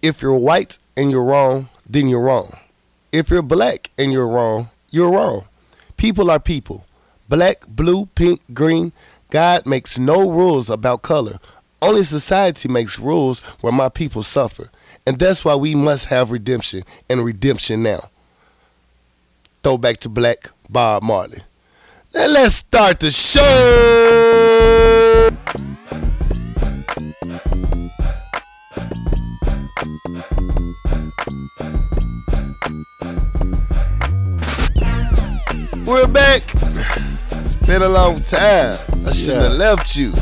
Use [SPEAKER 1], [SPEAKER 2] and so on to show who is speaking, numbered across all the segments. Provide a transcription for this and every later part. [SPEAKER 1] If you're white and you're wrong, then you're wrong. If you're black and you're wrong, you're wrong. People are people. Black, blue, pink, green. God makes no rules about color. Only society makes rules where my people suffer. And that's why we must have redemption and redemption now. Throw back to black Bob Marley. Now let's start the show. We're back. It's been a long time. I shouldn't have left you.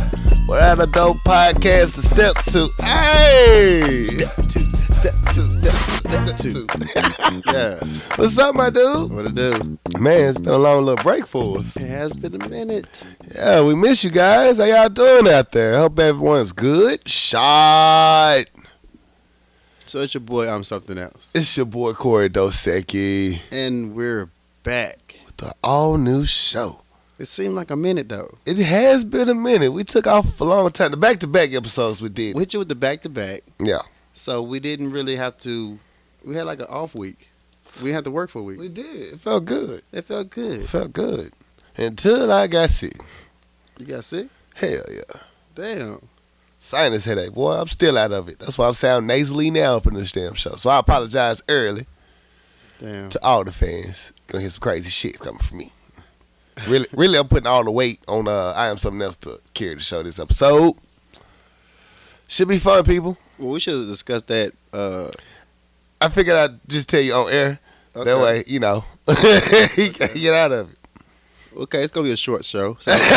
[SPEAKER 1] We're at a dope podcast to step to. Hey!
[SPEAKER 2] Two, step two, step,
[SPEAKER 1] Step
[SPEAKER 2] step two.
[SPEAKER 1] yeah. What's up, my dude?
[SPEAKER 2] What it do?
[SPEAKER 1] Man, it's been a long little break for us.
[SPEAKER 2] It has been a minute.
[SPEAKER 1] Yeah, we miss you guys. How y'all doing out there? Hope everyone's good. Shot.
[SPEAKER 2] So it's your boy. I'm something else,
[SPEAKER 1] It's your boy Corey Dosecki
[SPEAKER 2] and we're back.
[SPEAKER 1] with the all new show.
[SPEAKER 2] It seemed like a minute though.
[SPEAKER 1] It has been a minute. We took off for a long time. The back to back episodes we did.
[SPEAKER 2] We hit you with the back to back,
[SPEAKER 1] Yeah.
[SPEAKER 2] so we didn't really have to. We had like an off week. We had to work for a week.
[SPEAKER 1] We did. It felt good.
[SPEAKER 2] It felt
[SPEAKER 1] It
[SPEAKER 2] good.
[SPEAKER 1] felt good. Until I got sick.
[SPEAKER 2] You got sick?
[SPEAKER 1] Hell yeah.
[SPEAKER 2] Damn.
[SPEAKER 1] Sinus headache, boy. I'm still out of it. That's why I'm sounding nasally now up in this damn show. So I apologize early
[SPEAKER 2] Damn.
[SPEAKER 1] to all the fans. Gonna hear some crazy shit coming from me. Really, really, I'm putting all the weight on uh, I am something else to carry the show this episode. Should be fun, people.
[SPEAKER 2] Well, we should have discussed that. Uh,
[SPEAKER 1] I figured I'd just tell you on air. That
[SPEAKER 2] okay.
[SPEAKER 1] way, you know, he can get out of it.
[SPEAKER 2] Okay, it's gonna be a short show.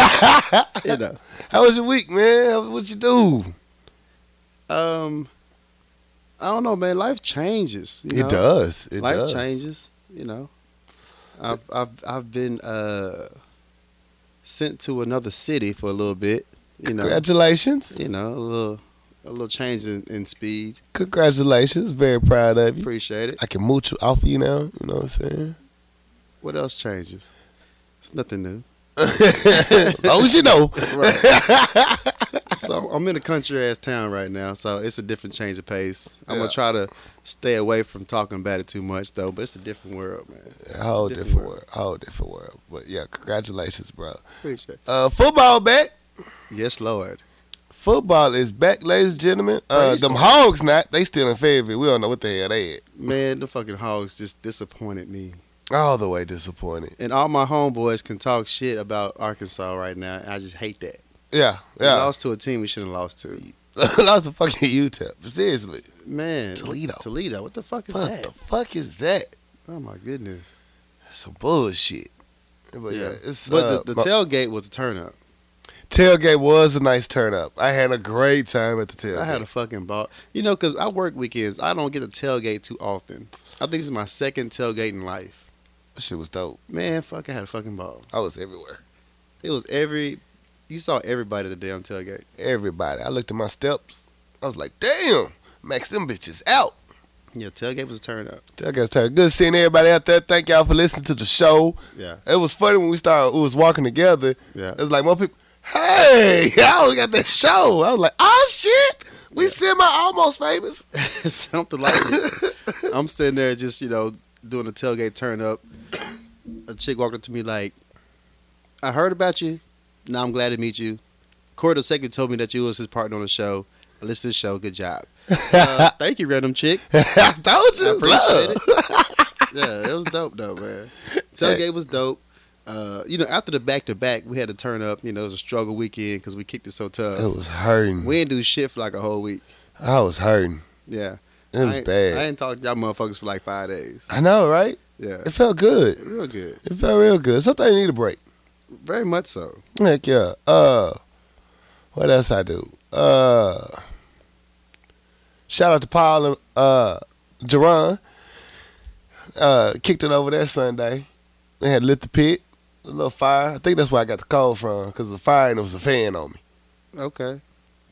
[SPEAKER 2] So, you know.
[SPEAKER 1] How was your week, man? How- What you do?
[SPEAKER 2] Um, I don't know, man. Life changes. You know?
[SPEAKER 1] It does. It
[SPEAKER 2] life
[SPEAKER 1] does.
[SPEAKER 2] changes, you know. I've I've I've been uh sent to another city for a little bit, you know.
[SPEAKER 1] Congratulations.
[SPEAKER 2] You know, a little a little change in, in speed.
[SPEAKER 1] Congratulations. Very proud of you.
[SPEAKER 2] Appreciate it.
[SPEAKER 1] I can mooch off you now. You know what I'm saying?
[SPEAKER 2] What else changes? It's nothing new.
[SPEAKER 1] As long as you know.
[SPEAKER 2] So I'm in a country ass town right now, so it's a different change of pace. I'm
[SPEAKER 1] Yeah.
[SPEAKER 2] gonna try to stay away from talking about it too much though, but it's a different world, man.
[SPEAKER 1] A whole
[SPEAKER 2] Different
[SPEAKER 1] different
[SPEAKER 2] world.
[SPEAKER 1] world. A whole different world. But yeah, congratulations, bro.
[SPEAKER 2] Appreciate it.
[SPEAKER 1] Uh, football back.
[SPEAKER 2] Yes, Lord.
[SPEAKER 1] Football is back, ladies and gentlemen. Uh,
[SPEAKER 2] Praise
[SPEAKER 1] them
[SPEAKER 2] God.
[SPEAKER 1] hogs not. They still in Fayetteville. We don't know what the hell they at.
[SPEAKER 2] Man, the fucking hogs just disappointed me.
[SPEAKER 1] All the way disappointed.
[SPEAKER 2] and all my homeboys can talk shit about Arkansas right now. and I just hate that.
[SPEAKER 1] Yeah,
[SPEAKER 2] We
[SPEAKER 1] yeah.
[SPEAKER 2] lost to a team we shouldn't have lost to.
[SPEAKER 1] lost to fucking UTEP. Seriously.
[SPEAKER 2] Man,
[SPEAKER 1] Toledo.
[SPEAKER 2] Toledo. What the fuck is
[SPEAKER 1] What
[SPEAKER 2] that?
[SPEAKER 1] the fuck is that?
[SPEAKER 2] oh my goodness.
[SPEAKER 1] That's some bullshit. But yeah, it's
[SPEAKER 2] but
[SPEAKER 1] uh,
[SPEAKER 2] the, the
[SPEAKER 1] my-
[SPEAKER 2] tailgate was a turn up.
[SPEAKER 1] tailgate was a nice turn up. I had a great time at the tailgate.
[SPEAKER 2] I had a fucking ball. You know, because I work weekends. I don't get to tailgate too often. I think this is my second tailgate in life.
[SPEAKER 1] shit was dope.
[SPEAKER 2] Man, fuck, I had a fucking ball.
[SPEAKER 1] I was everywhere.
[SPEAKER 2] It was every. You saw everybody at the damn tailgate.
[SPEAKER 1] Everybody. I looked at my steps. I was like, damn, max them bitches out.
[SPEAKER 2] Yeah, tailgate was a turn up.
[SPEAKER 1] Tailgate's turn. Good seeing everybody out there. Thank y'all for listening to the show.
[SPEAKER 2] Yeah,
[SPEAKER 1] It was funny when we started. We was walking together.
[SPEAKER 2] yeah.
[SPEAKER 1] It's like more people. Hey, I was at that show. I was like, oh shit, we semi almost famous.
[SPEAKER 2] something like it. I'm sitting there just, you know, doing a tailgate turn up. A chick walked up to me like, I heard about you. Now I'm glad to meet you. Corey the second told me that you was his partner on the show. I listened to the show. Good job. Uh, thank you, random chick.
[SPEAKER 1] I told
[SPEAKER 2] I
[SPEAKER 1] you,
[SPEAKER 2] appreciate
[SPEAKER 1] love.
[SPEAKER 2] it. yeah, it was dope though, man. Tailgate was dope. Uh, you know, after the back to back, we had to turn up. You know, it was a struggle weekend because we kicked it so tough.
[SPEAKER 1] It was hurting.
[SPEAKER 2] We didn't do shit for like a whole week.
[SPEAKER 1] I was hurting.
[SPEAKER 2] Yeah,
[SPEAKER 1] It was
[SPEAKER 2] I ain't-
[SPEAKER 1] bad.
[SPEAKER 2] I ain't talked to y'all motherfuckers for like five days.
[SPEAKER 1] I know, right?
[SPEAKER 2] Yeah,
[SPEAKER 1] It felt good.
[SPEAKER 2] real good,
[SPEAKER 1] It felt real good. Sometimes you need a break.
[SPEAKER 2] very much so.
[SPEAKER 1] Heck yeah. Uh, what else I do? Uh, shout out to Paul and uh, Jerron. Uh, kicked it over there Sunday. They had lit the pit, a little fire. I think that's where I got the call from because the fire and there was a fan on me.
[SPEAKER 2] Okay,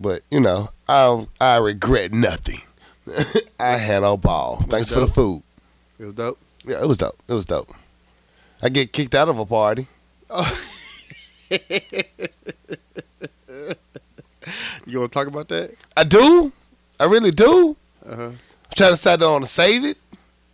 [SPEAKER 1] But you know, I I regret nothing. I had no ball. Thanks for the
[SPEAKER 2] dope?
[SPEAKER 1] food.
[SPEAKER 2] it was dope.
[SPEAKER 1] Yeah, it was dope. It was dope. I get kicked out of a party.
[SPEAKER 2] You want to talk about that?
[SPEAKER 1] I do. I really do.
[SPEAKER 2] Uh huh.
[SPEAKER 1] trying to sit down and save it.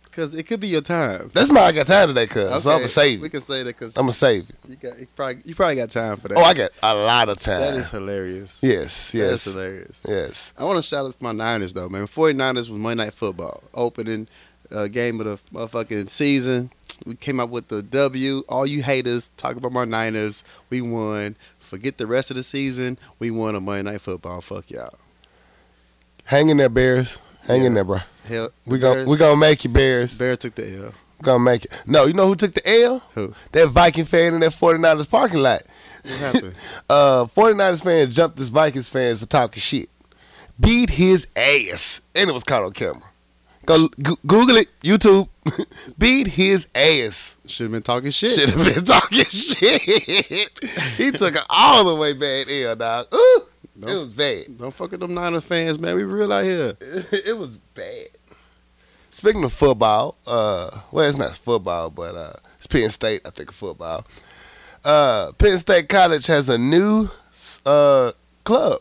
[SPEAKER 2] Because it could be your time.
[SPEAKER 1] That's why I got time today, cuz. So I'm gonna save
[SPEAKER 2] We
[SPEAKER 1] it.
[SPEAKER 2] can say that because
[SPEAKER 1] I'm gonna save it.
[SPEAKER 2] you, got- you probably, you probably got time for that.
[SPEAKER 1] Oh, I got a lot of time.
[SPEAKER 2] that is hilarious.
[SPEAKER 1] yes,
[SPEAKER 2] That is
[SPEAKER 1] yes,
[SPEAKER 2] hilarious.
[SPEAKER 1] yes.
[SPEAKER 2] I want to shout out to my Niners, though, man. 49ers was Monday Night Football, opening uh, game of the motherfucking season. We came up with the W. All you haters, talk about my Niners. We won. Forget the rest of the season. We won a Monday Night Football. Fuck y'all.
[SPEAKER 1] Hang in there, Bears. Hang in
[SPEAKER 2] Yeah.
[SPEAKER 1] there, bro.
[SPEAKER 2] Hell,
[SPEAKER 1] We gonna
[SPEAKER 2] Bears,
[SPEAKER 1] we gonna make it, Bears.
[SPEAKER 2] Bears took the L.
[SPEAKER 1] Gonna make it. No, you know who took the L?
[SPEAKER 2] Who?
[SPEAKER 1] That Viking fan in that 49ers parking lot.
[SPEAKER 2] What happened?
[SPEAKER 1] Uh, 49ers fan jumped this Vikings fan for talking shit. Beat his ass, and it was caught on camera. Go go- Google it, YouTube. Beat his ass.
[SPEAKER 2] Should have been talking shit.
[SPEAKER 1] Should have been talking shit. he took it all the way bad L, dog. Ooh, it
[SPEAKER 2] Don't-
[SPEAKER 1] was bad.
[SPEAKER 2] Don't fuck with them Niners fans, man. We real out here.
[SPEAKER 1] It was bad. Speaking of football, uh, well, it's not football, but uh, it's Penn State. I think of football. Uh, Penn State College has a new uh, club.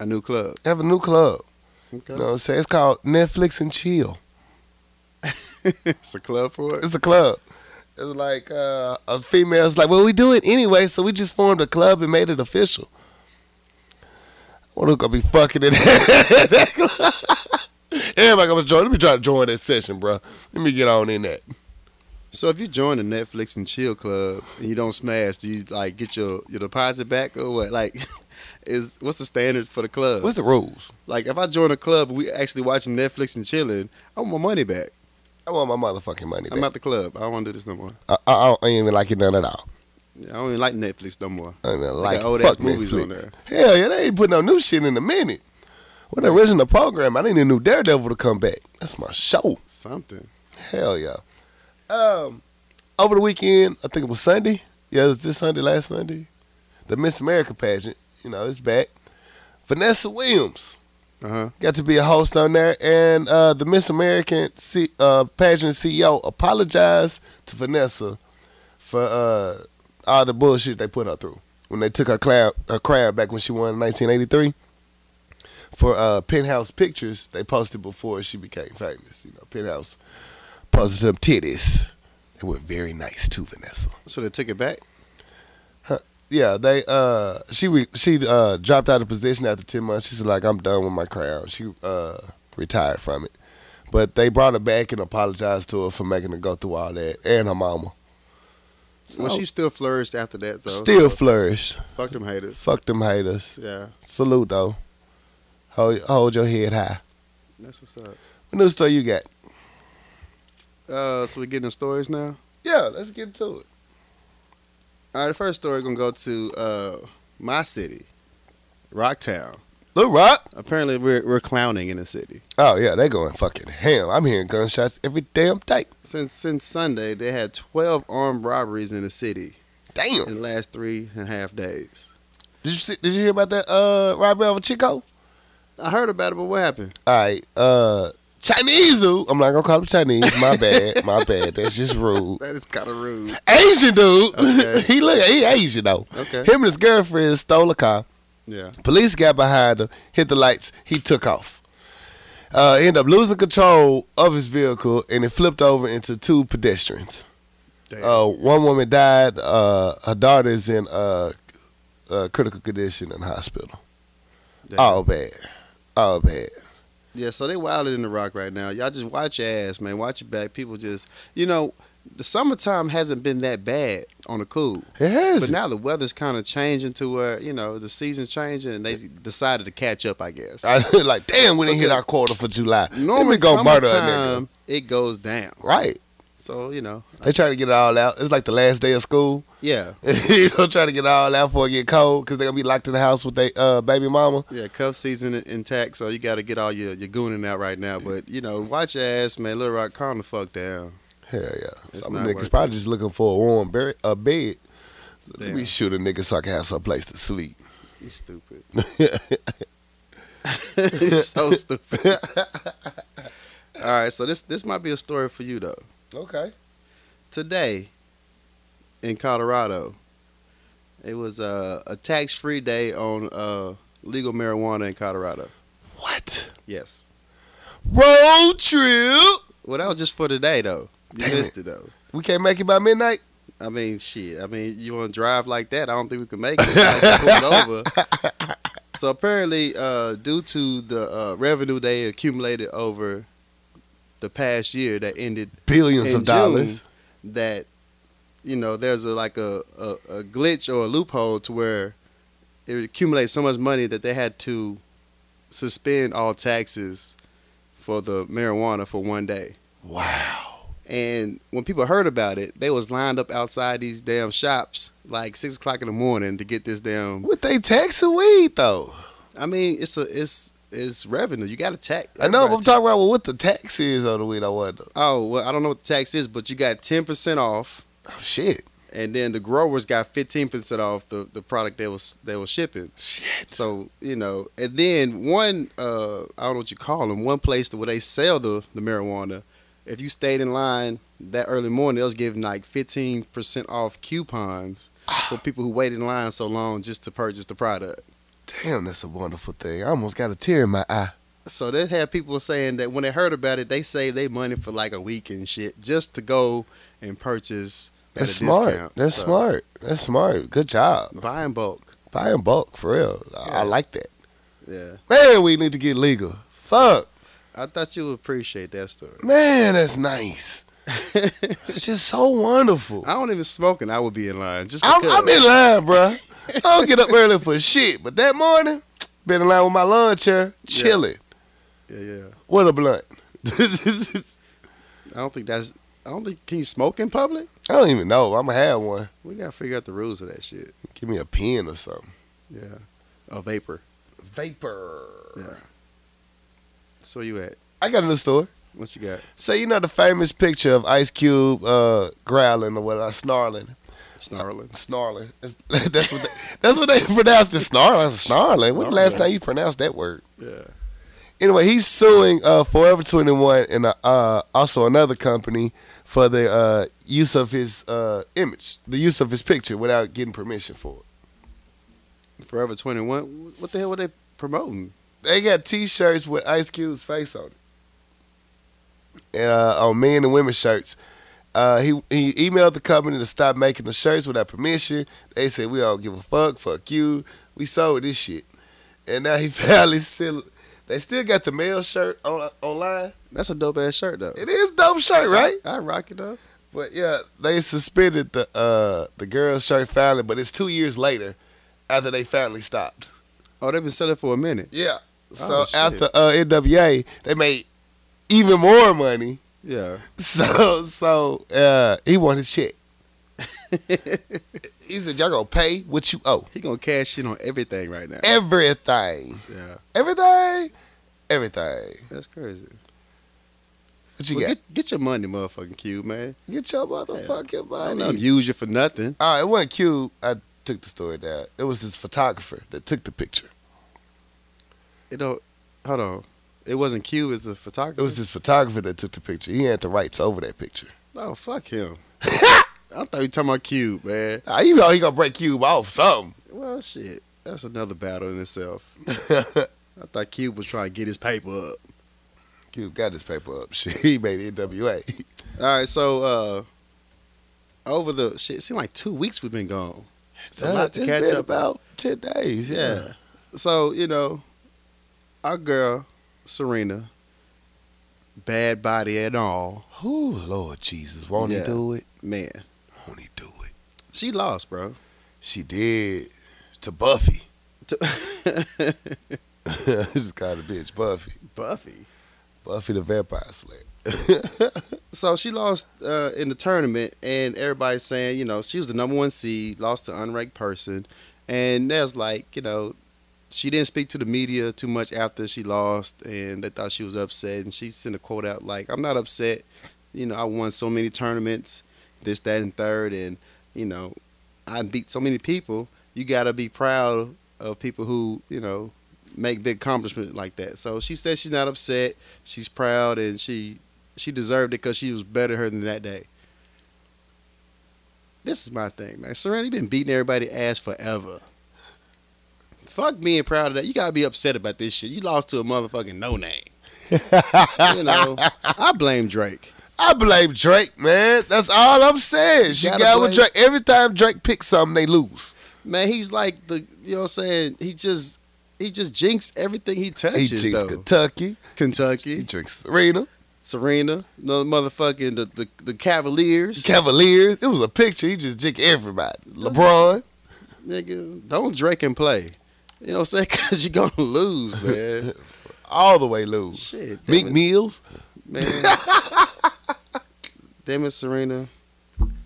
[SPEAKER 2] A new club.
[SPEAKER 1] They have a new club.
[SPEAKER 2] Okay.
[SPEAKER 1] You know what I'm saying? It's called Netflix and Chill.
[SPEAKER 2] it's a club for it.
[SPEAKER 1] It's a club. It's like uh, a female's like, well, we do it anyway, so we just formed a club and made it official. What well, gonna be fucking in that club? Everybody gonna join. Let me try to join that session, bro. Let me get on in that.
[SPEAKER 2] So if you join the Netflix and Chill Club and you don't smash, do you like get your, your deposit back or what? Like, is what's the standard for the club?
[SPEAKER 1] What's the rules?
[SPEAKER 2] like if I join a club, and we actually watching Netflix and chilling. I want my money back.
[SPEAKER 1] I want my motherfucking money
[SPEAKER 2] I'm
[SPEAKER 1] back.
[SPEAKER 2] out the club. I don't want to do this no more.
[SPEAKER 1] I, I, I don't even like it none at all.
[SPEAKER 2] I don't even like Netflix no more.
[SPEAKER 1] I don't even like
[SPEAKER 2] got old
[SPEAKER 1] it. fuck
[SPEAKER 2] ass movies
[SPEAKER 1] Netflix.
[SPEAKER 2] on there.
[SPEAKER 1] Hell yeah, they ain't putting no new shit in a minute. With the original program, I need a new Daredevil to come back. That's my show.
[SPEAKER 2] Something.
[SPEAKER 1] Hell yeah. Um, over the weekend, I think it was Sunday. Yeah, it was this Sunday, last Sunday. The Miss America pageant, you know, it's back. Vanessa Williams
[SPEAKER 2] Uh huh.
[SPEAKER 1] got to be a host on there, and uh, the Miss American C- uh, pageant CEO apologized to Vanessa for uh, all the bullshit they put her through when they took her clown, her crown back when she won in 1983 for uh, Penthouse Pictures they posted before she became famous. You know, Penthouse posted some titties. They were very nice too, Vanessa.
[SPEAKER 2] So they took it back.
[SPEAKER 1] Yeah, they uh she re- she uh dropped out of position after ten months. She's like, I'm done with my crown. She uh retired from it, but they brought her back and apologized to her for making her go through all that and her mama.
[SPEAKER 2] Well,
[SPEAKER 1] So-
[SPEAKER 2] she still flourished after that. though.
[SPEAKER 1] Still
[SPEAKER 2] so
[SPEAKER 1] flourished.
[SPEAKER 2] fuck them haters.
[SPEAKER 1] Fuck them haters.
[SPEAKER 2] Yeah,
[SPEAKER 1] Salute though. Hold hold your head high.
[SPEAKER 2] that's what's up.
[SPEAKER 1] What new story you got?
[SPEAKER 2] Uh, so we getting the stories now.
[SPEAKER 1] Yeah, let's get to it.
[SPEAKER 2] All right, the first story gonna go to uh, my city, Rocktown.
[SPEAKER 1] Lil Rock.
[SPEAKER 2] Apparently, we're we're clowning in the city.
[SPEAKER 1] Oh yeah, they going fucking ham. I'm hearing gunshots every damn day.
[SPEAKER 2] Since since Sunday, they had twelve armed robberies in the city in
[SPEAKER 1] Damn.
[SPEAKER 2] the last three and a half days.
[SPEAKER 1] Did you see, did you hear about that uh robbery of a Chico?
[SPEAKER 2] I heard about it, but what happened?
[SPEAKER 1] All right, uh, Chinese dude. I'm not gonna call him Chinese. My bad. My bad. That's just rude.
[SPEAKER 2] That is kind of rude.
[SPEAKER 1] Asian dude.
[SPEAKER 2] Okay.
[SPEAKER 1] he look. He Asian though.
[SPEAKER 2] Okay.
[SPEAKER 1] Him and his girlfriend stole a car.
[SPEAKER 2] Yeah,
[SPEAKER 1] Police got behind him, hit the lights. He took off. Uh, ended up losing control of his vehicle and it flipped over into two pedestrians.
[SPEAKER 2] damn.
[SPEAKER 1] Uh, one woman died. Uh, her daughter is in uh, uh, critical condition in the hospital.
[SPEAKER 2] damn.
[SPEAKER 1] All bad. All bad.
[SPEAKER 2] oh. yeah. So they wilded in the rock right now. Y'all just watch your ass, man. Watch your back. People just, you know, the summertime hasn't been that bad on the cool.
[SPEAKER 1] It has.
[SPEAKER 2] But now the weather's kind of changing to where you know the season's changing, and they decided to catch up. I guess.
[SPEAKER 1] I like, damn, we didn't hit
[SPEAKER 2] Okay.
[SPEAKER 1] our quota for July. Ah, Let me
[SPEAKER 2] Normally,
[SPEAKER 1] go murder a nigga.
[SPEAKER 2] summertime, It goes down.
[SPEAKER 1] Right.
[SPEAKER 2] So you know,
[SPEAKER 1] They try to get it all out. It's like the last day of school.
[SPEAKER 2] yeah,
[SPEAKER 1] you know, try to get it all out before it get cold because they're going to be locked in the house with their uh, baby mama.
[SPEAKER 2] yeah. Cuff season in- intact, so you got to get all your your gooning out right now. But you know, watch your ass, man. Little Rock, calm the fuck down.
[SPEAKER 1] Hell yeah.
[SPEAKER 2] It's
[SPEAKER 1] Some
[SPEAKER 2] not
[SPEAKER 1] niggas
[SPEAKER 2] working.
[SPEAKER 1] probably just looking for a warm ber- a bed. So let
[SPEAKER 2] Damn.
[SPEAKER 1] me shoot a nigga so I can have some place to sleep.
[SPEAKER 2] You stupid. It's so stupid. all right, so this this might be a story for you though.
[SPEAKER 1] Okay.
[SPEAKER 2] today in Colorado. It was uh, a tax free day on uh, legal marijuana in Colorado.
[SPEAKER 1] What?
[SPEAKER 2] Yes.
[SPEAKER 1] Road trip.
[SPEAKER 2] Well, that was just for today though. You
[SPEAKER 1] Damn
[SPEAKER 2] missed it though.
[SPEAKER 1] We can't make it by midnight.
[SPEAKER 2] I mean, shit. I mean, you want to drive like that? I don't think we can make it. So I just pulled over. So apparently, uh, due to the uh, revenue they accumulated over the past year that ended
[SPEAKER 1] Billions
[SPEAKER 2] in
[SPEAKER 1] of dollars.
[SPEAKER 2] June, that you know there's a like a, a, a glitch or a loophole to where it accumulates so much money that they had to suspend all taxes for the marijuana for one day.
[SPEAKER 1] Wow.
[SPEAKER 2] And when people heard about it, they was lined up outside these damn shops like six o'clock in the morning to get this damn.
[SPEAKER 1] What they taxing weed though?
[SPEAKER 2] I mean, it's a it's it's revenue. You got to tax.
[SPEAKER 1] I know. but I'm
[SPEAKER 2] everybody
[SPEAKER 1] talking about what the tax is on the weed. I want. to-
[SPEAKER 2] tax- Oh well, I don't know what the tax is, but you got ten percent off.
[SPEAKER 1] Oh shit.
[SPEAKER 2] and then the growers got 15% off the, the product they was they was shipping.
[SPEAKER 1] Shit.
[SPEAKER 2] So, you know, and then one uh I don't know what you call them, one place to where they sell the, the marijuana, if you stayed in line that early morning, they was giving like 15% off coupons for people who waited in line so long just to purchase the product.
[SPEAKER 1] Damn, that's a wonderful thing. I almost got a tear in my eye.
[SPEAKER 2] So they had people saying that when they heard about it, they saved their money for like a week and shit just to go and purchase at
[SPEAKER 1] That's
[SPEAKER 2] a
[SPEAKER 1] smart.
[SPEAKER 2] discount.
[SPEAKER 1] That's
[SPEAKER 2] So,
[SPEAKER 1] smart. That's smart. Good job.
[SPEAKER 2] Buy in bulk.
[SPEAKER 1] Buy in bulk for real. I- I
[SPEAKER 2] Yeah.
[SPEAKER 1] like that.
[SPEAKER 2] Yeah.
[SPEAKER 1] Man, we need to get legal. Fuck.
[SPEAKER 2] I thought you would appreciate that story.
[SPEAKER 1] Man, that's nice. It's just so wonderful.
[SPEAKER 2] I don't even smoke and I would be in line. Just
[SPEAKER 1] I'm,
[SPEAKER 2] because.
[SPEAKER 1] I'm in line, bruh. I don't get up early for shit, but that morning, been in line with my lawn chair,
[SPEAKER 2] Yeah.
[SPEAKER 1] chilling.
[SPEAKER 2] Yeah, yeah.
[SPEAKER 1] What a blunt.
[SPEAKER 2] I don't think that's. I don't think can you smoke in public.
[SPEAKER 1] I don't even know. I'm going to have one.
[SPEAKER 2] We gotta figure out the rules of that shit.
[SPEAKER 1] Give me a pen or something.
[SPEAKER 2] Yeah, a vapor.
[SPEAKER 1] Vapor.
[SPEAKER 2] Yeah. So where you at?
[SPEAKER 1] I got a new story.
[SPEAKER 2] What you got?
[SPEAKER 1] So you know the famous picture of Ice Cube uh, growling or what, snarling,
[SPEAKER 2] Snarling.
[SPEAKER 1] snarling. That's, that's what they, that's what they pronounced it, snarling, snarling. When the last
[SPEAKER 2] Snarling.
[SPEAKER 1] time you pronounced that word?
[SPEAKER 2] Yeah.
[SPEAKER 1] Anyway, he's suing uh, Forever 21 and uh, uh, also another company for the uh, use of his uh, image, the use of his picture without getting permission for it.
[SPEAKER 2] Forever Twenty One. What the hell were they promoting?
[SPEAKER 1] They got T-shirts with Ice Cube's face on it, and uh, on men and women shirts. Uh, he he emailed the company to stop making the shirts without permission. They said we don't give a fuck. Fuck you. We sold this shit, and now he finally still. They still got the male shirt on online.
[SPEAKER 2] That's a dope ass shirt though.
[SPEAKER 1] It is a dope shirt, right?
[SPEAKER 2] I rock it though.
[SPEAKER 1] But yeah, they suspended the uh the girl's shirt finally, but it's two years later after they finally stopped.
[SPEAKER 2] Oh, they've been selling for a minute.
[SPEAKER 1] Yeah. So
[SPEAKER 2] Oh, shit.
[SPEAKER 1] after uh, NWA, they made even more money.
[SPEAKER 2] Yeah.
[SPEAKER 1] So so uh he won his check. he said, Y'all gonna pay what you owe.
[SPEAKER 2] He gonna cash in on everything right now.
[SPEAKER 1] Everything.
[SPEAKER 2] Yeah.
[SPEAKER 1] Everything. Everything.
[SPEAKER 2] That's crazy.
[SPEAKER 1] What you
[SPEAKER 2] Well,
[SPEAKER 1] got?
[SPEAKER 2] get, get your money, motherfucking Q, man.
[SPEAKER 1] Get, your motherfucking
[SPEAKER 2] I
[SPEAKER 1] money.
[SPEAKER 2] don't use you for nothing.
[SPEAKER 1] Oh, it wasn't Cube. I took the story down. It was his photographer that took the picture.
[SPEAKER 2] It don't. Hold on. It wasn't Q. It's the photographer.
[SPEAKER 1] It was his photographer that took the picture. He had the rights over that picture.
[SPEAKER 2] Oh fuck him. I thought you were talking about Cube, man.
[SPEAKER 1] Ah, You know he gonna break Cube off something.
[SPEAKER 2] Well, shit. That's another battle in itself. I thought Cube was trying to get his paper up.
[SPEAKER 1] Cube got his paper up. Shit, he made NWA.
[SPEAKER 2] All right, so uh over the shit, it seemed like two weeks we've been gone. It's a lot to
[SPEAKER 1] It's
[SPEAKER 2] catch
[SPEAKER 1] been
[SPEAKER 2] up.
[SPEAKER 1] about ten days.
[SPEAKER 2] Yeah.
[SPEAKER 1] Yeah.
[SPEAKER 2] So you know, our girl Serena, bad body and all,
[SPEAKER 1] Who, Lord Jesus, won't
[SPEAKER 2] Yeah.
[SPEAKER 1] he do it?
[SPEAKER 2] man,
[SPEAKER 1] Won't he do it?
[SPEAKER 2] she lost, bro.
[SPEAKER 1] She did to Buffy.
[SPEAKER 2] To-
[SPEAKER 1] Just got a bitch, Buffy.
[SPEAKER 2] Buffy.
[SPEAKER 1] Buffy the Vampire Slayer.
[SPEAKER 2] So she lost uh, in the tournament, and everybody's saying, you know, she was the number one seed, lost to unranked person, and there's like, you know, she didn't speak to the media too much after she lost, and they thought she was upset, and she sent a quote out like, "I'm not upset, you know, I won so many tournaments, this, that, and third, and you know, I beat so many people. You gotta be proud of people who, you know, make big accomplishments like that." So she said she's not upset, she's proud, and she she deserved it because she was better her than that day. This is my thing, man. Serena, you been beating everybody ass forever. Fuck being proud of that. You gotta be upset about this shit. You lost to a motherfucking no name. you know, I blame Drake.
[SPEAKER 1] I blame Drake, man. That's all I'm saying. She
[SPEAKER 2] Gotta
[SPEAKER 1] got with
[SPEAKER 2] blame-
[SPEAKER 1] Drake. Every time Drake picks something, they lose.
[SPEAKER 2] Man, he's like the you know what I'm saying. He just he just jinxed everything he
[SPEAKER 1] He
[SPEAKER 2] touches
[SPEAKER 1] drinks
[SPEAKER 2] though.
[SPEAKER 1] Kentucky. He
[SPEAKER 2] Kentucky,
[SPEAKER 1] drinks Serena,
[SPEAKER 2] Serena, no motherfucking the the, the Cavaliers.
[SPEAKER 1] Cavaliers. It was a picture. He just drink everybody. LeBron.
[SPEAKER 2] Nigga, don't Drake and play. You know what I'm saying? Cause you're gonna lose, man.
[SPEAKER 1] All the way lose.
[SPEAKER 2] Shit,
[SPEAKER 1] Meek
[SPEAKER 2] damn it.
[SPEAKER 1] Mills.
[SPEAKER 2] man. Damn it, Serena.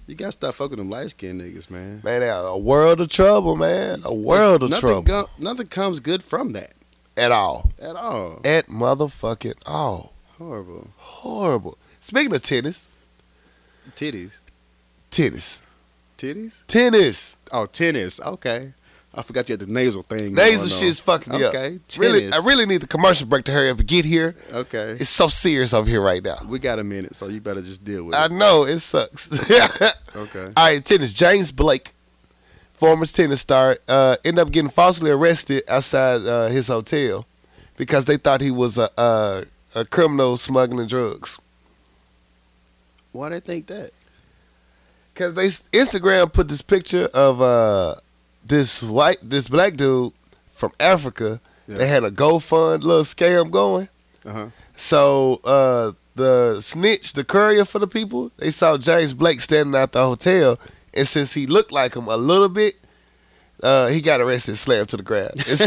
[SPEAKER 2] You gotta stop fucking them light skinned niggas, man.
[SPEAKER 1] Man, they are a world of trouble, man. A world of
[SPEAKER 2] nothing
[SPEAKER 1] trouble.
[SPEAKER 2] go- nothing comes good from that
[SPEAKER 1] at all.
[SPEAKER 2] at all.
[SPEAKER 1] At motherfucking all.
[SPEAKER 2] Horrible.
[SPEAKER 1] Horrible. Speaking of tennis,
[SPEAKER 2] Titties.
[SPEAKER 1] tennis.
[SPEAKER 2] Titties?
[SPEAKER 1] Tennis.
[SPEAKER 2] Oh, tennis. Okay. I forgot you had the nasal thing.
[SPEAKER 1] Nasal
[SPEAKER 2] going on.
[SPEAKER 1] shit's fucking me up.
[SPEAKER 2] Okay. Tennis.
[SPEAKER 1] Really, I really need the commercial break to hurry up and get here.
[SPEAKER 2] Okay.
[SPEAKER 1] It's so serious over here right now.
[SPEAKER 2] We got a minute, so you better just deal with
[SPEAKER 1] I
[SPEAKER 2] it.
[SPEAKER 1] know it sucks.
[SPEAKER 2] Okay.
[SPEAKER 1] All right, tennis. James Blake, former tennis star, uh, ended up getting falsely arrested outside uh, his hotel because they thought he was a, a a criminal smuggling drugs.
[SPEAKER 2] Why they think that?
[SPEAKER 1] Cause they Instagram put this picture of uh this white this black dude from Africa.
[SPEAKER 2] Yeah.
[SPEAKER 1] They had a GoFund little scam going.
[SPEAKER 2] Uh huh.
[SPEAKER 1] So uh, the snitch, the courier for the people, they saw James Blake standing at the hotel, and since he looked like him a little bit, uh, he got arrested, slammed to the ground. It's,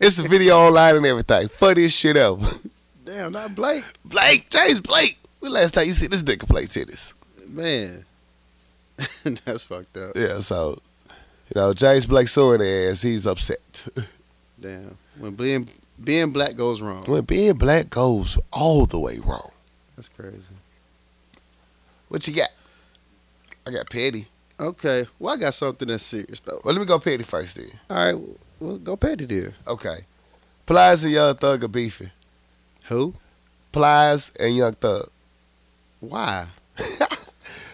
[SPEAKER 1] it's a video online and everything. Funniest shit ever.
[SPEAKER 2] Damn, not Blake.
[SPEAKER 1] Blake, James Blake. When last time you see this nigga play tennis?
[SPEAKER 2] Man. That's fucked up.
[SPEAKER 1] Yeah, so you know James Blake suing their ass. He's upset.
[SPEAKER 2] Damn. When being being black goes wrong.
[SPEAKER 1] When being black goes all the way wrong.
[SPEAKER 2] That's crazy.
[SPEAKER 1] What you got? I got petty.
[SPEAKER 2] Okay. Well, I got something that's serious though.
[SPEAKER 1] Well, let me go petty first then.
[SPEAKER 2] All right. Well, go pay it then.
[SPEAKER 1] Okay. Plies and Young Thug are beefing.
[SPEAKER 2] Who?
[SPEAKER 1] Plies and Young Thug.
[SPEAKER 2] Why?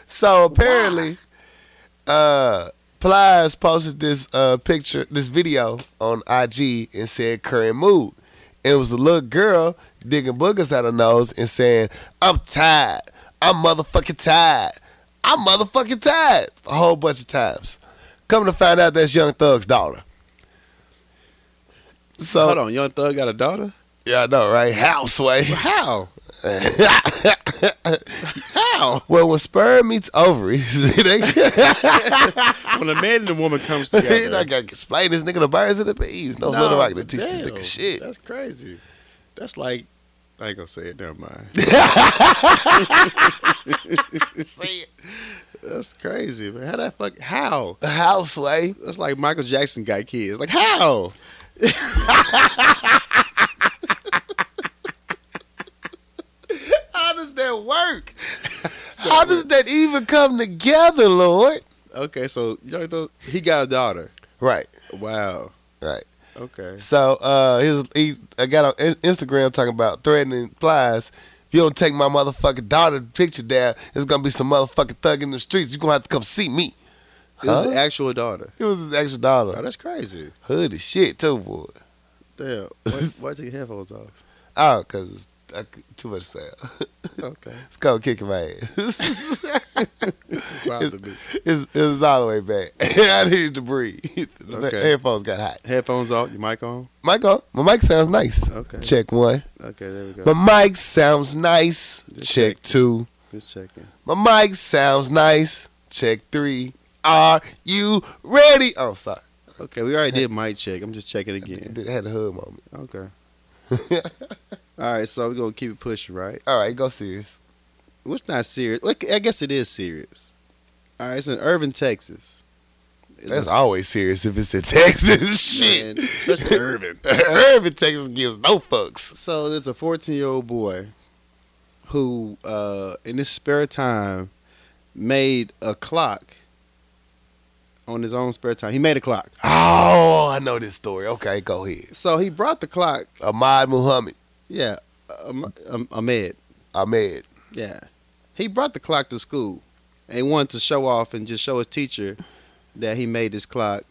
[SPEAKER 1] So apparently, uh, Plies posted this uh picture, this video on IG and said current mood. It was a little girl digging boogers out her nose and saying, "I'm tired. I'm motherfucking tired. I'm motherfucking tired." A whole bunch of times. Come to find out, that's Young Thug's daughter. So
[SPEAKER 2] Hold on. Young Thug got a daughter?
[SPEAKER 1] yeah, I know, right? Houseway.
[SPEAKER 2] How? How?
[SPEAKER 1] Well, when sperm meets ovaries, they,
[SPEAKER 2] When a man and a woman comes
[SPEAKER 1] they
[SPEAKER 2] together.
[SPEAKER 1] not gonna explain this nigga the birds and the bees. No, little rock to teach this
[SPEAKER 2] damn,
[SPEAKER 1] nigga shit.
[SPEAKER 2] That's crazy. That's like I ain't gonna say it. Never mind. That's crazy, man. How that fuck? How?
[SPEAKER 1] The house way.
[SPEAKER 2] That's like Michael Jackson got kids. Like how?
[SPEAKER 1] How does that work? How does that even come together, Lord?
[SPEAKER 2] Okay, so Young Thug he got a daughter.
[SPEAKER 1] Right,
[SPEAKER 2] Wow.
[SPEAKER 1] right.
[SPEAKER 2] Okay.
[SPEAKER 1] So uh, he was he I got on In- Instagram talking about threatening plies. If you don't take my motherfucking daughter picture down, there's gonna be some motherfucking thug in the streets. You're gonna have to come see me.
[SPEAKER 2] It was
[SPEAKER 1] Huh?
[SPEAKER 2] his actual daughter.
[SPEAKER 1] It was his actual
[SPEAKER 2] Oh,
[SPEAKER 1] daughter.
[SPEAKER 2] that's crazy.
[SPEAKER 1] Hood as shit too, boy.
[SPEAKER 2] Damn. Why, why'd you take your headphones off?
[SPEAKER 1] Oh, cause I, c- too much sound.
[SPEAKER 2] Okay.
[SPEAKER 1] It's called kicking my ass.
[SPEAKER 2] Wild to me.
[SPEAKER 1] it's it's all the way back. I needed to breathe. The
[SPEAKER 2] Okay.
[SPEAKER 1] headphones got hot.
[SPEAKER 2] Headphones off, your mic on.
[SPEAKER 1] Mic on. My mic sounds nice.
[SPEAKER 2] Okay.
[SPEAKER 1] Check one.
[SPEAKER 2] Okay, there we go.
[SPEAKER 1] My mic sounds nice.
[SPEAKER 2] Just
[SPEAKER 1] Check
[SPEAKER 2] check.
[SPEAKER 1] two.
[SPEAKER 2] Just checking.
[SPEAKER 1] My mic sounds nice. Check three. Are you ready? Oh, sorry.
[SPEAKER 2] Okay, we already did mic check. I'm just checking again.
[SPEAKER 1] I had a hood moment.
[SPEAKER 2] Okay. All right, so we're gonna keep it pushing, right?
[SPEAKER 1] All right, go serious.
[SPEAKER 2] Well, it's not serious. Well, I guess it is serious. All right, it's in Irving, Texas. It's
[SPEAKER 1] That's
[SPEAKER 2] a-
[SPEAKER 1] always serious if it's in Texas.
[SPEAKER 2] man,
[SPEAKER 1] Shit.
[SPEAKER 2] especially Irving.
[SPEAKER 1] Irving, Texas gives no fucks.
[SPEAKER 2] So there's a 14 year old boy who, uh, in his spare time, made a clock on his own spare time. He made a clock.
[SPEAKER 1] Oh, I know this story. Okay, go ahead.
[SPEAKER 2] So he brought the clock.
[SPEAKER 1] Ahmad Muhammad.
[SPEAKER 2] Yeah, um, um, Ahmed.
[SPEAKER 1] Ahmed.
[SPEAKER 2] Yeah, he brought the clock to school and he wanted to show off and just show his teacher that he made this clock.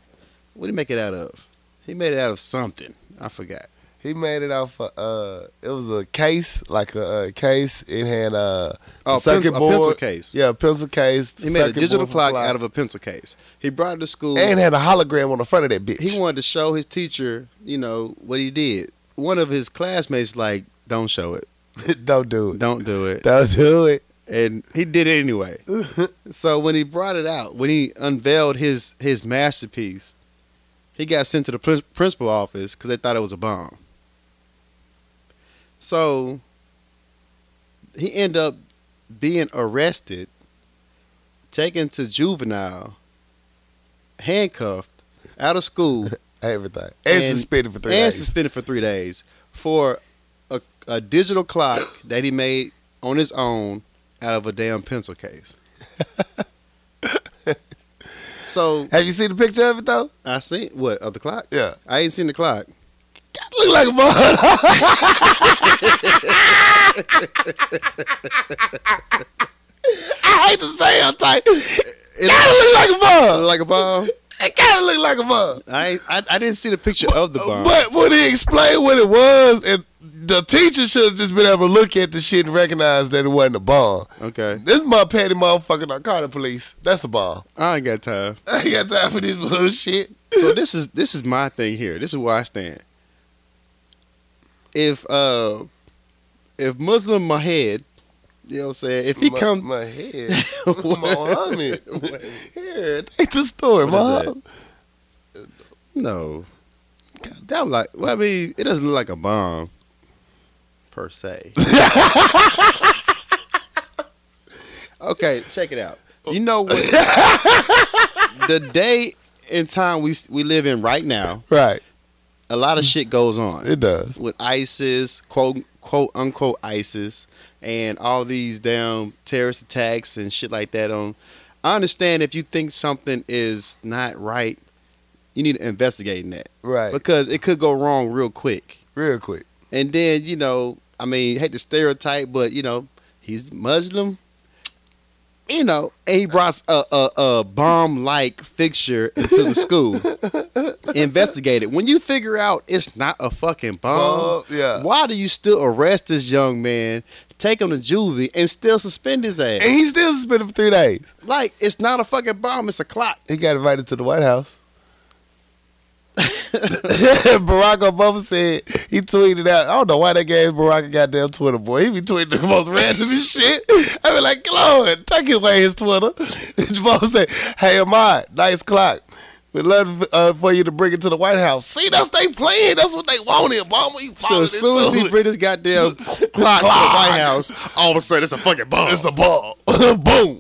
[SPEAKER 2] What did he make it out of? He made it out of something. I forgot.
[SPEAKER 1] He made it out for uh, it was a case like a, uh case. It had uh,
[SPEAKER 2] Oh, a
[SPEAKER 1] circuit
[SPEAKER 2] pencil,
[SPEAKER 1] board.
[SPEAKER 2] a pencil case.
[SPEAKER 1] yeah, a pencil case.
[SPEAKER 2] He made a
[SPEAKER 1] circuit
[SPEAKER 2] digital
[SPEAKER 1] board for
[SPEAKER 2] clock
[SPEAKER 1] clock.
[SPEAKER 2] out of a pencil case. He brought it to school.
[SPEAKER 1] and had a hologram on the front of that bitch.
[SPEAKER 2] he wanted to show his teacher, you know, what he did. One of his classmates like, "Don't show it.
[SPEAKER 1] Don't do it.
[SPEAKER 2] Don't do it."
[SPEAKER 1] Don't do it.
[SPEAKER 2] And he did it anyway. so when he brought it out, when he unveiled his his masterpiece, he got sent to the prin- principal office because they thought it was a bomb. So he ended up being arrested, taken to juvenile, handcuffed, out of school,
[SPEAKER 1] Everything. And,
[SPEAKER 2] And-
[SPEAKER 1] suspended for three
[SPEAKER 2] and
[SPEAKER 1] days.
[SPEAKER 2] suspended for three days for a, a digital clock that he made on his own out of a damn pencil case. so
[SPEAKER 1] Have you seen the picture of it though?
[SPEAKER 2] I seen what of the clock?
[SPEAKER 1] Yeah.
[SPEAKER 2] I ain't seen the clock.
[SPEAKER 1] God, look like a ball. I hate the stereotype. It gotta look like a ball.
[SPEAKER 2] Like a bomb.
[SPEAKER 1] It gotta look like a ball.
[SPEAKER 2] I, ain't- I I didn't see the picture of the bomb.
[SPEAKER 1] Uh, But when he explained what it was, and the teacher should have just been able to look at the shit and recognize that it wasn't a bomb.
[SPEAKER 2] okay,
[SPEAKER 1] This my petty motherfucker narcotic police. That's a bomb.
[SPEAKER 2] I ain't got time.
[SPEAKER 1] I ain't got time for this bullshit.
[SPEAKER 2] so this is this is my thing here. This is where I stand. If uh if Muslim Mahed, you know what I'm saying, if he
[SPEAKER 1] my,
[SPEAKER 2] comes
[SPEAKER 1] my head. Muhammad. Here, take the story,
[SPEAKER 2] What is that?
[SPEAKER 1] Muhammad.
[SPEAKER 2] No. God, That like well, I mean, it doesn't look like a bomb per se. okay, check it out. You know what? the day and time we we live in right now,
[SPEAKER 1] Right.
[SPEAKER 2] a lot of shit goes on
[SPEAKER 1] It does.
[SPEAKER 2] with ISIS, quote quote unquote ISIS, and all these damn terrorist attacks and shit like that. On, I understand if you think something is not right, you need to investigate in that
[SPEAKER 1] Right.
[SPEAKER 2] because it could go wrong real quick.
[SPEAKER 1] Real quick.
[SPEAKER 2] And then you know, I mean, hate the stereotype, but you know, he's Muslim. You know, and he brought a, a, a bomb like fixture into the school. Investigate it. When you figure out it's not a fucking bomb,
[SPEAKER 1] Oh, yeah.
[SPEAKER 2] why do you still arrest this young man, take him to juvie, and still suspend his
[SPEAKER 1] And
[SPEAKER 2] ass?
[SPEAKER 1] he still suspended for three days.
[SPEAKER 2] Like it's not a fucking bomb; it's a clock.
[SPEAKER 1] He got invited to the White House. Barack Obama said he tweeted out. I don't know why they gave Barack a goddamn Twitter boy. He be tweeting the most random shit. I be like, Lord, take away his Twitter. Obama said, "Hey, Ahmad, nice clock. We'd love uh, for you to bring it to the White House. See, that's they plan. That's what they wanted, Obama. You
[SPEAKER 2] So as soon as he
[SPEAKER 1] brings
[SPEAKER 2] brings this goddamn clock to the White House, all of a sudden it's a fucking bomb.
[SPEAKER 1] it's a ball, boom,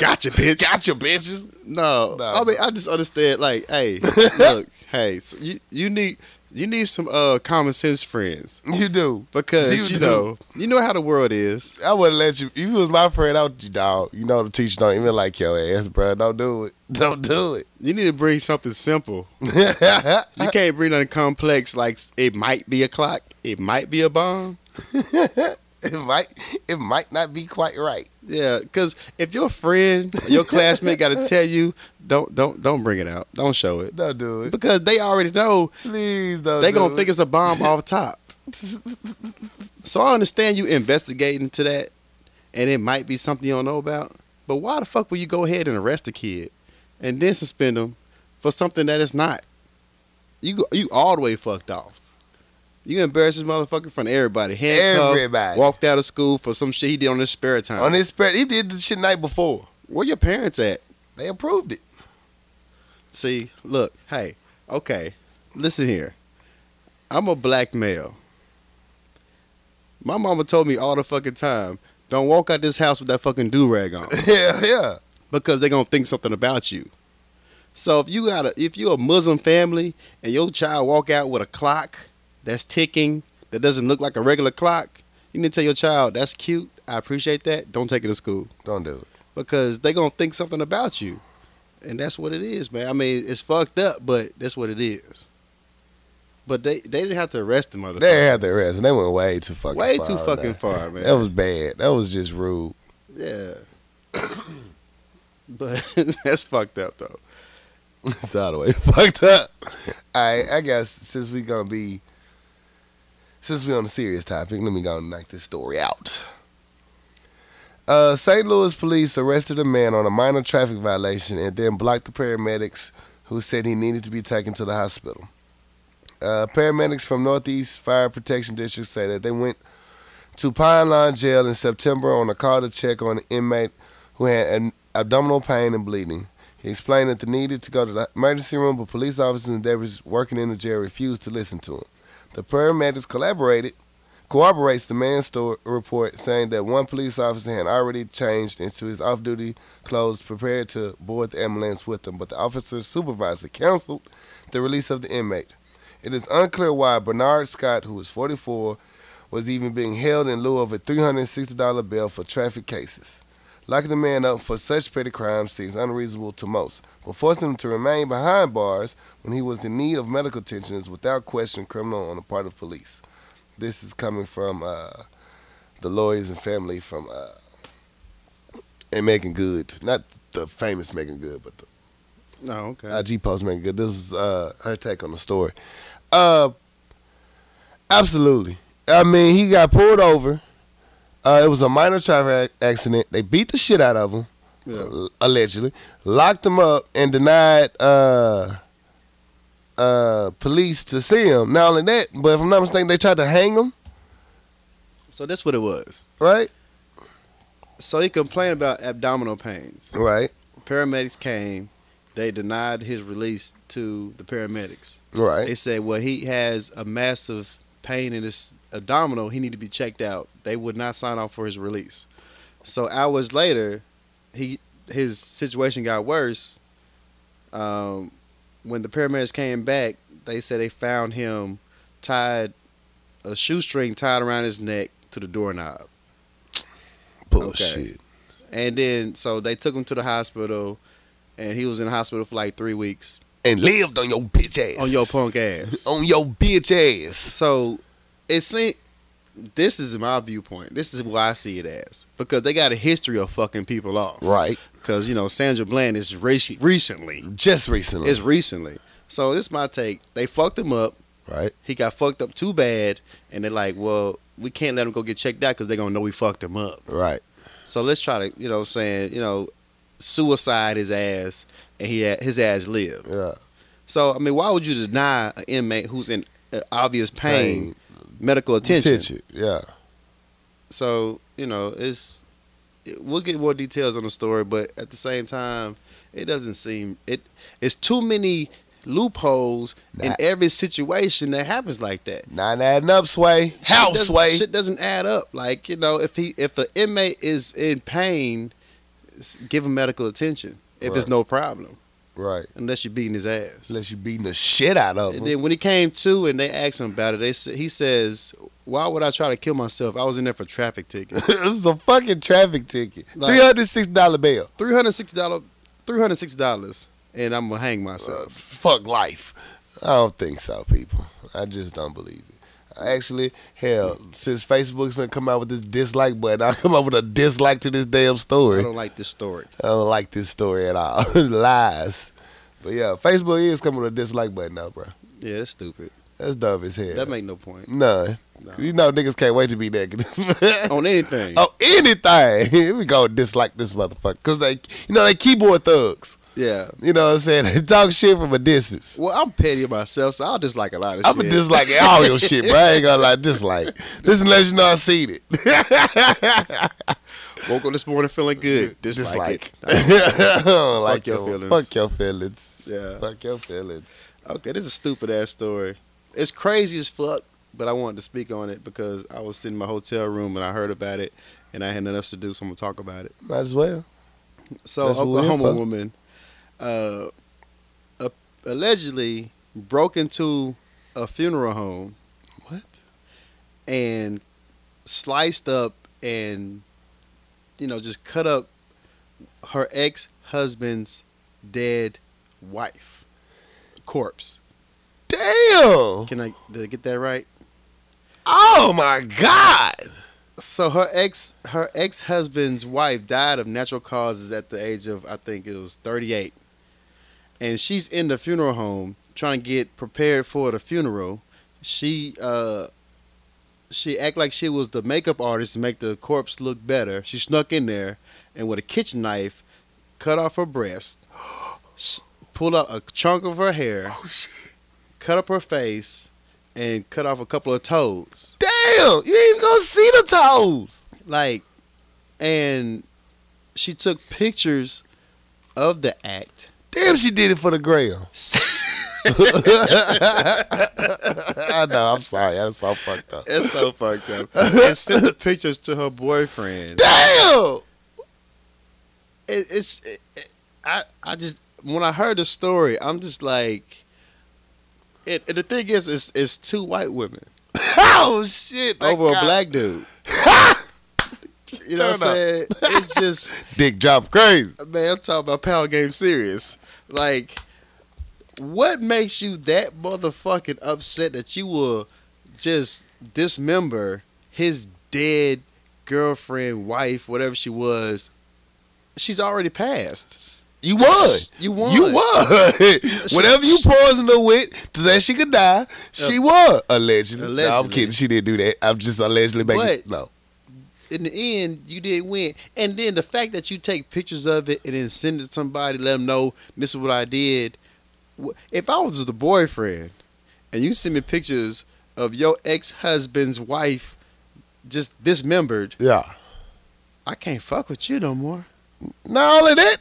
[SPEAKER 2] gotcha, bitch.
[SPEAKER 1] gotcha, bitches.
[SPEAKER 2] No,
[SPEAKER 1] No,
[SPEAKER 2] I mean I just understand. Like, hey, look, hey, so you you need you need some uh common sense friends
[SPEAKER 1] You do.
[SPEAKER 2] because
[SPEAKER 1] You
[SPEAKER 2] you,
[SPEAKER 1] do.
[SPEAKER 2] know you know how the world is.
[SPEAKER 1] I wouldn't let you. If you was my friend, I would, you dog. You know the teacher don't even like your ass, bro. Don't do it. Don't do it.
[SPEAKER 2] You need to bring something simple.
[SPEAKER 1] you
[SPEAKER 2] You can't bring nothing complex. Like it might be a clock, it might be a bomb.
[SPEAKER 1] it might. It might not be quite right.
[SPEAKER 2] Yeah, because if your friend, or your classmate, got to tell you, don't don't don't bring it out. Don't show it
[SPEAKER 1] Don't do it.
[SPEAKER 2] because they already know
[SPEAKER 1] Please don't.
[SPEAKER 2] They
[SPEAKER 1] do
[SPEAKER 2] gonna
[SPEAKER 1] it.
[SPEAKER 2] think it's a bomb off top. so I understand you investigating to that, and it might be something you don't know about. But why the fuck will you go ahead and arrest a kid, and then suspend them for something that is not? You go, you all the way fucked off. You embarrass this motherfucker in front of everybody. Handcuffed,
[SPEAKER 1] Everybody.
[SPEAKER 2] walked out of school for some shit he did on his spare time.
[SPEAKER 1] on his spirit. He did the shit night before.
[SPEAKER 2] Where your parents at?
[SPEAKER 1] They approved it.
[SPEAKER 2] See, look, hey, okay, listen here. I'm a black male. My mama told me all the fucking time, don't walk out this house with that fucking do rag on
[SPEAKER 1] Yeah, yeah.
[SPEAKER 2] because they gonna think something about you. So if you got a if you a Muslim family and your child walk out with a clock that's ticking that doesn't look like a regular clock, you need to tell your child that's cute. I appreciate that. Don't take it to school
[SPEAKER 1] Don't do it.
[SPEAKER 2] because they gonna think something about you, and that's what it is, man. I mean, it's fucked up, but that's what it is. But they they didn't have to arrest the motherfucker.
[SPEAKER 1] They had their ass, and they went way too fucking.
[SPEAKER 2] way
[SPEAKER 1] far
[SPEAKER 2] too
[SPEAKER 1] on
[SPEAKER 2] fucking
[SPEAKER 1] that.
[SPEAKER 2] far, man.
[SPEAKER 1] That was bad. That was just rude.
[SPEAKER 2] yeah. but that's fucked up though.
[SPEAKER 1] It's all the way fucked up. All right, I guess since we gonna be since we're on a serious topic, let me go and knock this story out. Uh, St. Louis police arrested a man on a minor traffic violation and then blocked the paramedics who said he needed to be taken to the hospital. Uh, paramedics from Northeast Fire Protection District say that they went to Pine Line Jail in September on a call to check on an inmate who had an abdominal pain and bleeding. He explained that they needed to go to the emergency room, but police officers and deputies working in the jail refused to listen to him. The paramedics collaborated, corroborates the man's story, report, saying that one police officer had already changed into his off-duty clothes, prepared to board the ambulance with him, but the officer's supervisor counseled the release of the inmate. It is unclear why Bernard Scott, who is 44, was even being held in lieu of a $360 bail for traffic cases. Locking the man up for such petty crimes seems unreasonable to most, but forcing him to remain behind bars when he was in need of medical attention is without question criminal on the part of police. This is coming from uh, the lawyers and family from uh, and Megan Good, not the famous Megan Good, but the
[SPEAKER 2] No, okay.
[SPEAKER 1] IG post Megan Good. This is uh, her take on the story. Uh, absolutely. I mean, he got pulled over. Uh, it was a minor traffic ac- accident. They beat the shit out of him
[SPEAKER 2] yeah.
[SPEAKER 1] al- allegedly, locked him up and denied uh, uh, police to see him. Not only that, but if I'm not mistaken, they tried to hang him,
[SPEAKER 2] So that's what it was.
[SPEAKER 1] right?
[SPEAKER 2] So he complained about abdominal pains.
[SPEAKER 1] Right,
[SPEAKER 2] Paramedics came. They denied his release to the paramedics. They
[SPEAKER 1] right.
[SPEAKER 2] said, well, he has a massive pain in his abdominal. He need to be checked out. They would not sign off for his release. So hours later, he his situation got worse. Um, when the paramedics came back, they said they found him tied a shoestring tied around his neck to the doorknob.
[SPEAKER 1] Bullshit.
[SPEAKER 2] And then so they took him to the hospital, and he was in the hospital for like three weeks
[SPEAKER 1] And lived on your bitch ass.
[SPEAKER 2] on your punk ass.
[SPEAKER 1] On your bitch ass.
[SPEAKER 2] so it seems this is my viewpoint. This is what I see it as because they got a history of fucking people off.
[SPEAKER 1] Right.
[SPEAKER 2] Because you know Sandra Bland is rec- recently.
[SPEAKER 1] Just recently.
[SPEAKER 2] It's recently. So this is my take. They fucked him up.
[SPEAKER 1] right.
[SPEAKER 2] He got fucked up too bad, and they're like, well. We can't let him go get checked out because they're gonna know we fucked him up.
[SPEAKER 1] Right.
[SPEAKER 2] So let's try to, you know, what I'm saying, you know, suicide his ass, and he had, his ass lived.
[SPEAKER 1] Yeah.
[SPEAKER 2] So I mean, why would you deny an inmate who's in uh, obvious pain, medical attention?
[SPEAKER 1] Attention. Yeah.
[SPEAKER 2] So you know, it's it- we'll get more details on the story, but at the same time, it doesn't seem it. It's too many loopholes in
[SPEAKER 1] Nah.
[SPEAKER 2] every situation that happens like that.
[SPEAKER 1] Not adding up, Sway.
[SPEAKER 2] Shit
[SPEAKER 1] House,
[SPEAKER 2] doesn't-
[SPEAKER 1] Sway.
[SPEAKER 2] Shit doesn't add up. Like you know, if he if an inmate is in pain, s- give him medical attention. If it's
[SPEAKER 1] Right.
[SPEAKER 2] no problem,
[SPEAKER 1] Right.
[SPEAKER 2] unless you're beating his ass.
[SPEAKER 1] Unless you beating the shit out of
[SPEAKER 2] And
[SPEAKER 1] him.
[SPEAKER 2] then when he came to and they asked him about it, they sa- he says, "Why would I try to kill myself? I was in there for traffic ticket,
[SPEAKER 1] it was a fucking traffic ticket.
[SPEAKER 2] Like-
[SPEAKER 1] $360 bail.
[SPEAKER 2] three hundred sixty dollars, three hundred sixty dollars, and I'm gonna hang
[SPEAKER 1] Uh,
[SPEAKER 2] myself."
[SPEAKER 1] fuck life. I don't think so, people. I just don't believe it. I actually, hell, since Facebook's gonna come out with this dislike button, I'll come up with a dislike to this damn
[SPEAKER 2] I
[SPEAKER 1] story. I don't,
[SPEAKER 2] don't like this story.
[SPEAKER 1] like this story at all. Lies. But yeah, Facebook is coming with a dislike button now, bro.
[SPEAKER 2] Yeah, that's stupid.
[SPEAKER 1] That's dumb as hell.
[SPEAKER 2] That make no point
[SPEAKER 1] None.
[SPEAKER 2] No.
[SPEAKER 1] You know niggas can't wait to be negative.
[SPEAKER 2] on anything.
[SPEAKER 1] oh, anything. Here we go dislike this motherfucker. Cause they you know they keyboard thugs.
[SPEAKER 2] Yeah.
[SPEAKER 1] You know what I'm saying? They talk shit from a distance.
[SPEAKER 2] Well, I'm petty myself, so I'll dislike a lot of
[SPEAKER 1] I'm
[SPEAKER 2] shit.
[SPEAKER 1] going to dislike all your shit, bro. I ain't gonna lie, dislike. Just unless you know I seen it.
[SPEAKER 2] Woke up this morning feeling good. Dislike,
[SPEAKER 1] Dislike.
[SPEAKER 2] it.
[SPEAKER 1] I don't like
[SPEAKER 2] your
[SPEAKER 1] your
[SPEAKER 2] feelings.
[SPEAKER 1] Fuck your feelings.
[SPEAKER 2] Yeah.
[SPEAKER 1] Fuck your feelings.
[SPEAKER 2] Okay, this is a stupid ass story. It's crazy as fuck, but I wanted to speak on it because I was sitting in my hotel room and I heard about it and I had nothing else to do, so I'm gonna talk about it.
[SPEAKER 1] Might as well.
[SPEAKER 2] So
[SPEAKER 1] That's what we're here
[SPEAKER 2] Oklahoma
[SPEAKER 1] for.
[SPEAKER 2] woman uh, a- allegedly broke into a funeral home
[SPEAKER 1] What?
[SPEAKER 2] and sliced up and you know just cut up her ex husband's dead wife corpse.
[SPEAKER 1] Damn.
[SPEAKER 2] Can I did I get that right?
[SPEAKER 1] Oh my God.
[SPEAKER 2] So her ex her ex husband's wife died of natural causes at the age of I think it was thirty eight, and she's in the funeral home trying to get prepared for the funeral. She uh, she act like she was the makeup artist to make the corpse look better. She snuck in there and with a kitchen knife cut off her breast, s- pulled out a chunk of her hair, cut up her face, and cut off a couple of toes.
[SPEAKER 1] Damn, you ain't even gonna see the toes.
[SPEAKER 2] Like, and she took pictures of the act.
[SPEAKER 1] Damn, she did it for the gram. I know. I'm sorry. That's so fucked up.
[SPEAKER 2] It's so fucked up. and sent the pictures to her boyfriend.
[SPEAKER 1] Damn.
[SPEAKER 2] it, it's it, it- I I just when I heard the story, I'm just like, it, and the thing is, it's it's two white women
[SPEAKER 1] Oh shit. thank
[SPEAKER 2] over
[SPEAKER 1] God.
[SPEAKER 2] a black dude. you know
[SPEAKER 1] Turn
[SPEAKER 2] what I'm
[SPEAKER 1] up.
[SPEAKER 2] saying? It's just
[SPEAKER 1] dick drop crazy.
[SPEAKER 2] man, I'm talking about pound game serious. Like, what makes you that motherfucking upset that you will just dismember his dead girlfriend, wife, whatever she was? She's already passed.
[SPEAKER 1] You won.
[SPEAKER 2] You won.
[SPEAKER 1] You won. Whatever you poisoned her with, so that she could die, she won. Allegedly. No, I'm
[SPEAKER 2] Allegedly.
[SPEAKER 1] kidding. She didn't do that. I'm just allegedly making
[SPEAKER 2] But-
[SPEAKER 1] no.
[SPEAKER 2] in the end, you did win. And then the fact that you take pictures of it and then send it to somebody, let them know this is what I did. Wh- If I was the boyfriend and you send me pictures of your ex husband's wife just dismembered,
[SPEAKER 1] Yeah.
[SPEAKER 2] I can't fuck with you no more.
[SPEAKER 1] Not only that,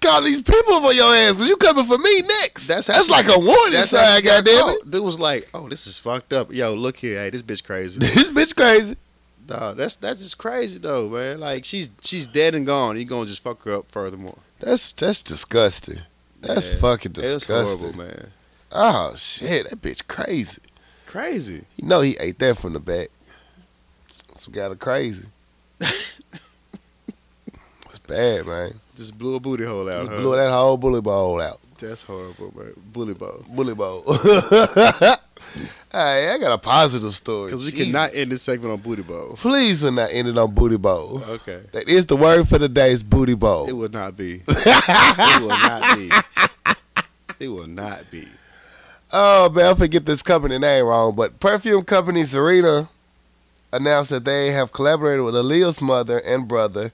[SPEAKER 1] call these people for your ass because you coming for me next. That's,
[SPEAKER 2] That's how
[SPEAKER 1] that's
[SPEAKER 2] she-
[SPEAKER 1] like a warning
[SPEAKER 2] That's how
[SPEAKER 1] sign,
[SPEAKER 2] she got
[SPEAKER 1] goddamn it.
[SPEAKER 2] caught. Dude was like, "Oh, this is fucked up. Yo, look here, hey, this bitch crazy.
[SPEAKER 1] This bitch crazy.
[SPEAKER 2] Dawg, that's that's just crazy though, man. Like she's she's dead and gone. You gonna just fuck her up furthermore?
[SPEAKER 1] That's that's disgusting. That's
[SPEAKER 2] Yeah.
[SPEAKER 1] fucking
[SPEAKER 2] It's
[SPEAKER 1] disgusting.
[SPEAKER 2] horrible, man.
[SPEAKER 1] Oh shit, that bitch crazy.
[SPEAKER 2] Crazy.
[SPEAKER 1] You know he ate that from the back. It's got of crazy. it's bad, man.
[SPEAKER 2] Just blew a booty hole out,
[SPEAKER 1] Just
[SPEAKER 2] huh?
[SPEAKER 1] blew that whole bully ball out.
[SPEAKER 2] That's horrible, man. Bully ball.
[SPEAKER 1] Bully ball. hey, I got a positive story.
[SPEAKER 2] Because we
[SPEAKER 1] Jesus.
[SPEAKER 2] cannot end this segment on booty ball.
[SPEAKER 1] Please do not end it on booty ball.
[SPEAKER 2] Okay.
[SPEAKER 1] That is the word for the day. Is booty ball.
[SPEAKER 2] It will not be. it will not be. It will not be.
[SPEAKER 1] Oh man, I forget this company name wrong, but perfume company Serena announced that they have collaborated with Aaliyah's mother and brother,